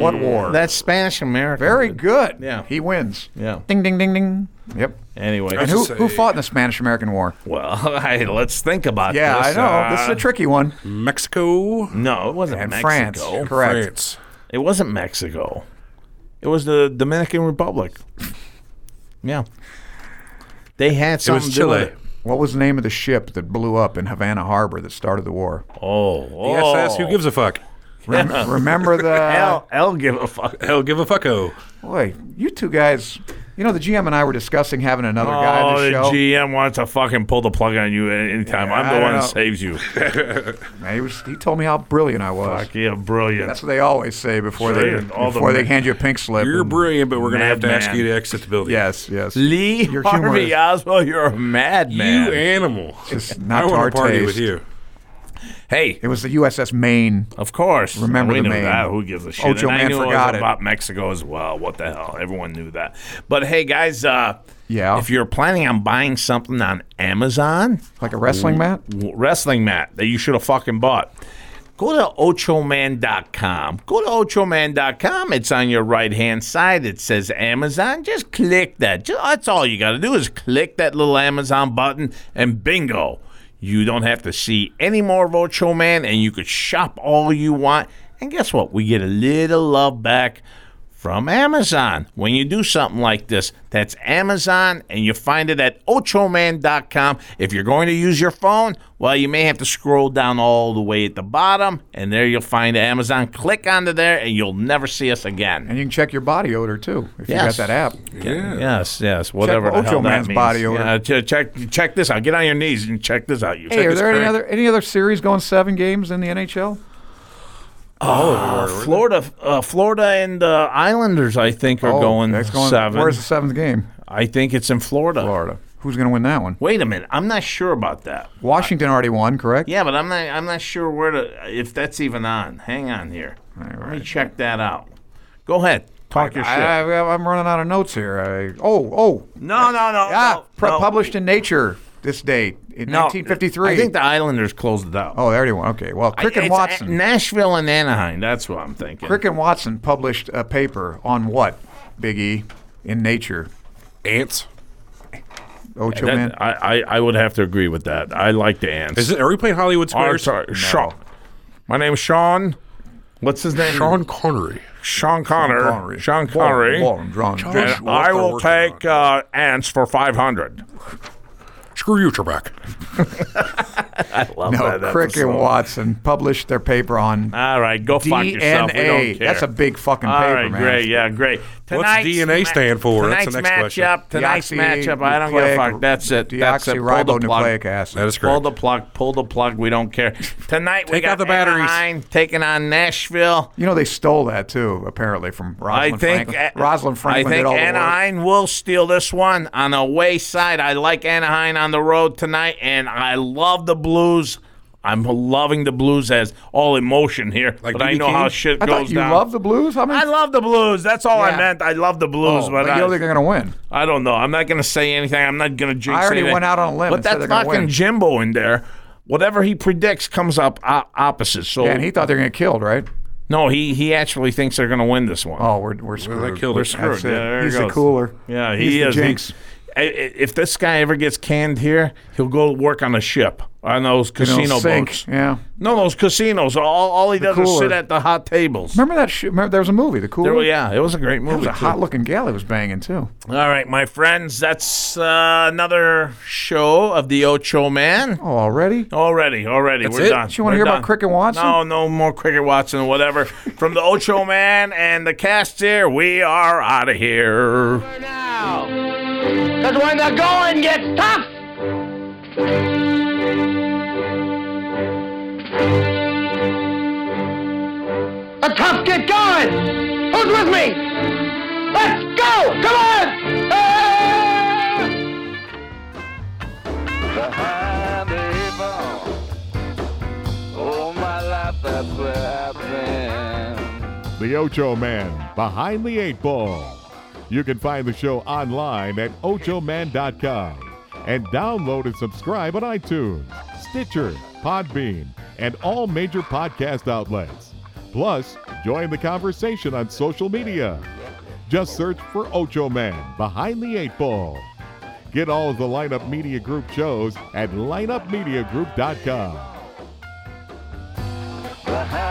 D: What war?
C: That's Spanish America.
D: Very
C: dude.
D: good.
C: Yeah.
D: He wins.
C: Yeah.
D: Ding, ding, ding, ding. Yep.
C: Anyway,
D: And
E: have to
D: who,
E: say-
D: who fought in the Spanish American War?
C: well, hey, let's think about
D: Yeah,
C: this.
D: I know. this is
C: uh,
D: a tricky one.
E: Mexico,
D: Mm.
C: No, it wasn't
D: And
C: Mexico.
D: France. Correct.
E: France.
C: It wasn't Mexico. It was the Dominican Republic. Yeah. They had
E: It
C: something
E: was
C: to do with
E: Chile.
C: it.
D: What was the name of the ship that blew up in Havana Harbor that started the war?
C: Oh,
E: The
C: oh.
E: SS. Who gives a fuck?
D: Rem- remember the.
C: L, L give a fuck.
E: Hell, give a fucko.
D: Boy, you two guys. You know, the GM and I were discussing having another guy on
C: oh,
D: the
C: the
D: show.
C: GM wants to fucking pull the plug on you at any time. I'm
D: I
C: the
D: don't
C: one that
D: know.
C: saves you.
D: And he, was, he told me how brilliant I was.
C: Fuck yeah, brilliant.
D: That's what they always say before
C: Brilliant.
D: they
C: All the
D: before they
C: ma-
D: hand you a pink slip.
E: You're
D: and-
E: brilliant, but we're gonna have to
C: Madman.
E: ask you to exit the building.
D: Yes, yes.
C: Lee
D: You're
C: Harvey
D: humorous.
C: Oswald, you're a
E: You
C: madman.
E: animal.
D: Just not to
E: I wanna
D: our
E: party
D: taste.
E: with you.
C: Hey,
D: It was the USS Maine.
C: of course.
D: Remember
C: we
D: the
C: knew
D: name.
C: that. Who gives a shit?
D: Ocho
C: and I
D: Man
C: knew
D: forgot
C: it was
D: it.
C: about Mexico as well. What the hell? Everyone knew that. But hey, guys, uh,
D: Yeah.
C: if you're planning on buying something on Amazon,
D: Like a wrestling mat?
C: wrestling mat that you should have fucking bought. Go to ochoman.com. Go to ochoman.com. It's on your right hand side. It says Amazon. Just click that. Ju- That's all you got to do is click that little Amazon button, and bingo. You don't have to see any more of Ocho Man, and you could shop all you want. And guess what? We get a little love back from Amazon. When you do something like this, that's Amazon, and you find it at ochoman.com. If you're going to use your phone, well, you may have to scroll down all the way at the bottom, and there you'll find Amazon. Click onto there, and you'll never see us again.
D: And you can check your body odor too if
C: Yes.
D: you got that app.
E: Yeah.
C: Yes, yes, whatever the
D: Ocho
C: hell that
D: Man's
C: means.
D: body odor.
C: Yeah, che- check, check this out. Get on your knees and check this out. You
D: Hey, are there any other any other series going seven games in the NHL?
C: Florida, uh, Florida, and uh, Islanders? I think are
D: Oh,
C: going,
D: that's going-
C: seven.
D: Where's the seventh game?
C: I think it's in Florida.
D: Florida. Who's going to win that one?
C: Wait a minute, I'm not sure about that.
D: Washington already won, correct?
C: Yeah, but I'm not. I'm not sure where to. If that's even on. Hang on here. Let me check that out. Go ahead. Talk your shit.
D: I, I, I'm running out of notes here. I, oh, oh,
C: no, no, no.
D: ah,
C: no,
D: pr-
C: no.
D: published in Nature this date in
C: No.
D: 1953.
C: I think the Islanders closed it out.
D: oh, there already won. Okay, well, Crick and
C: It's
D: Watson.
C: at Nashville and Anaheim. That's what I'm thinking.
D: Crick and Watson published a paper on what, Big E, in Nature.
E: Ants.
D: Ocho
C: That-
D: Man.
C: I, I, I would have to agree with that. I like the answer.
E: Is it? Are we playing Hollywood Squares?
C: Sean. My name's Sean. What's his name?
E: Sean Connery.
C: Sean Connor. Sean Connery.
D: Warren, Warren, John-
E: George
C: And I will
E: Walker working
C: take uh, ants for five hundred.
E: Screw you, Trebek.
C: I love
D: No,
C: that
D: Crick and
C: episode.
D: Watson published their paper on
C: All right, go Ah, fuck yourself. We don't
D: DNA.
C: care.
D: That's a big fucking
C: All
D: paper,
C: right,
D: man.
C: great, yeah, great.
E: DNA stand for? That's the
C: Tonight's
E: next question.
C: matchup. Tonight's matchup. I don't give a
D: Deoxyribonucleic-
C: fuck. That's it. That's it. Pull the
D: deoxyribonucleic
C: plug.
D: acid.
E: That is
C: Pull
E: correct.
C: the plug. Pull the plug. We don't care. Tonight we
E: Take
C: got
E: out the batteries.
C: Anaheim taking on Nashville.
D: You know they stole that too, apparently from Rosalind
C: I think
D: Franklin. Rosalind Franklin
C: I think
D: did all the work.
C: Anaheim will steal this one on the way side. I like Anaheim on the road tonight, and I love the Blues. I'm loving the Blues as all emotion here,
E: Like
C: but I
E: BB
C: know how
E: King?
C: shit
D: I
C: goes
D: thought you
C: down.
D: love the Blues. How many?
C: I love the Blues. That's all I
D: Yeah.
C: meant. I love the Blues,
D: Oh,
C: but,
D: but you
C: I,
D: don't think they're gonna win?
C: I don't know. I'm not going to say anything. I'm not going to jinx
D: I already
C: anything.
D: went out on a limb
C: But
D: and said
C: that
D: they're gonna
C: fucking
D: win.
C: Jimbo in there, whatever he predicts comes up uh, opposite. So
D: Yeah, and he thought they're gonna get killed, right?
C: no, he he actually thinks they're going to win this one.
D: Oh, we're we're screwed.
E: They killed
C: We're
E: us.
C: screwed.
D: That's it.
C: Yeah, there
D: He's
C: it
D: the
C: goes.
D: cooler.
C: Yeah,
D: He's
C: he
D: the
C: is.
D: jinx.
C: He- I- I- if this guy ever gets canned here, he'll go work on a ship on those
D: You know,
C: casino
D: sink.
C: boats.
D: Yeah.
C: No, those casinos. All, all he does is
D: cooler.
C: sit at the hot tables.
D: Remember that? Sh- remember there was a movie, The Cooler.
C: There- yeah, it was a great
D: There
C: movie.
D: was a
C: too.
D: hot looking gal he was banging too.
C: All right, my friends, that's uh, another show of the Ocho Man.
D: Oh, already?
C: Already, already, we're
E: it?
C: done.
D: You wanna
C: We're
D: hear about
C: done.
D: Cricket Watson?
C: No, no more Cricket Watson, whatever. From the Ocho Man and the cast here, we are out of here.
F: now. Because when the going gets tough, the tough get going. Who's with me? Let's go! Come on! Ah!
B: Behind the eight ball. All my life that's where I've been.
A: The Ocho Man Behind the Eight Ball. You can find the show online at ochoman.com and download and subscribe on iTunes, Stitcher, Podbean, and all major podcast outlets. Plus, join the conversation on social media. Just search for Ocho Man Behind the Eight Ball. Get all of the Lineup Media Group shows at lineupmediagroup.com.
B: Behind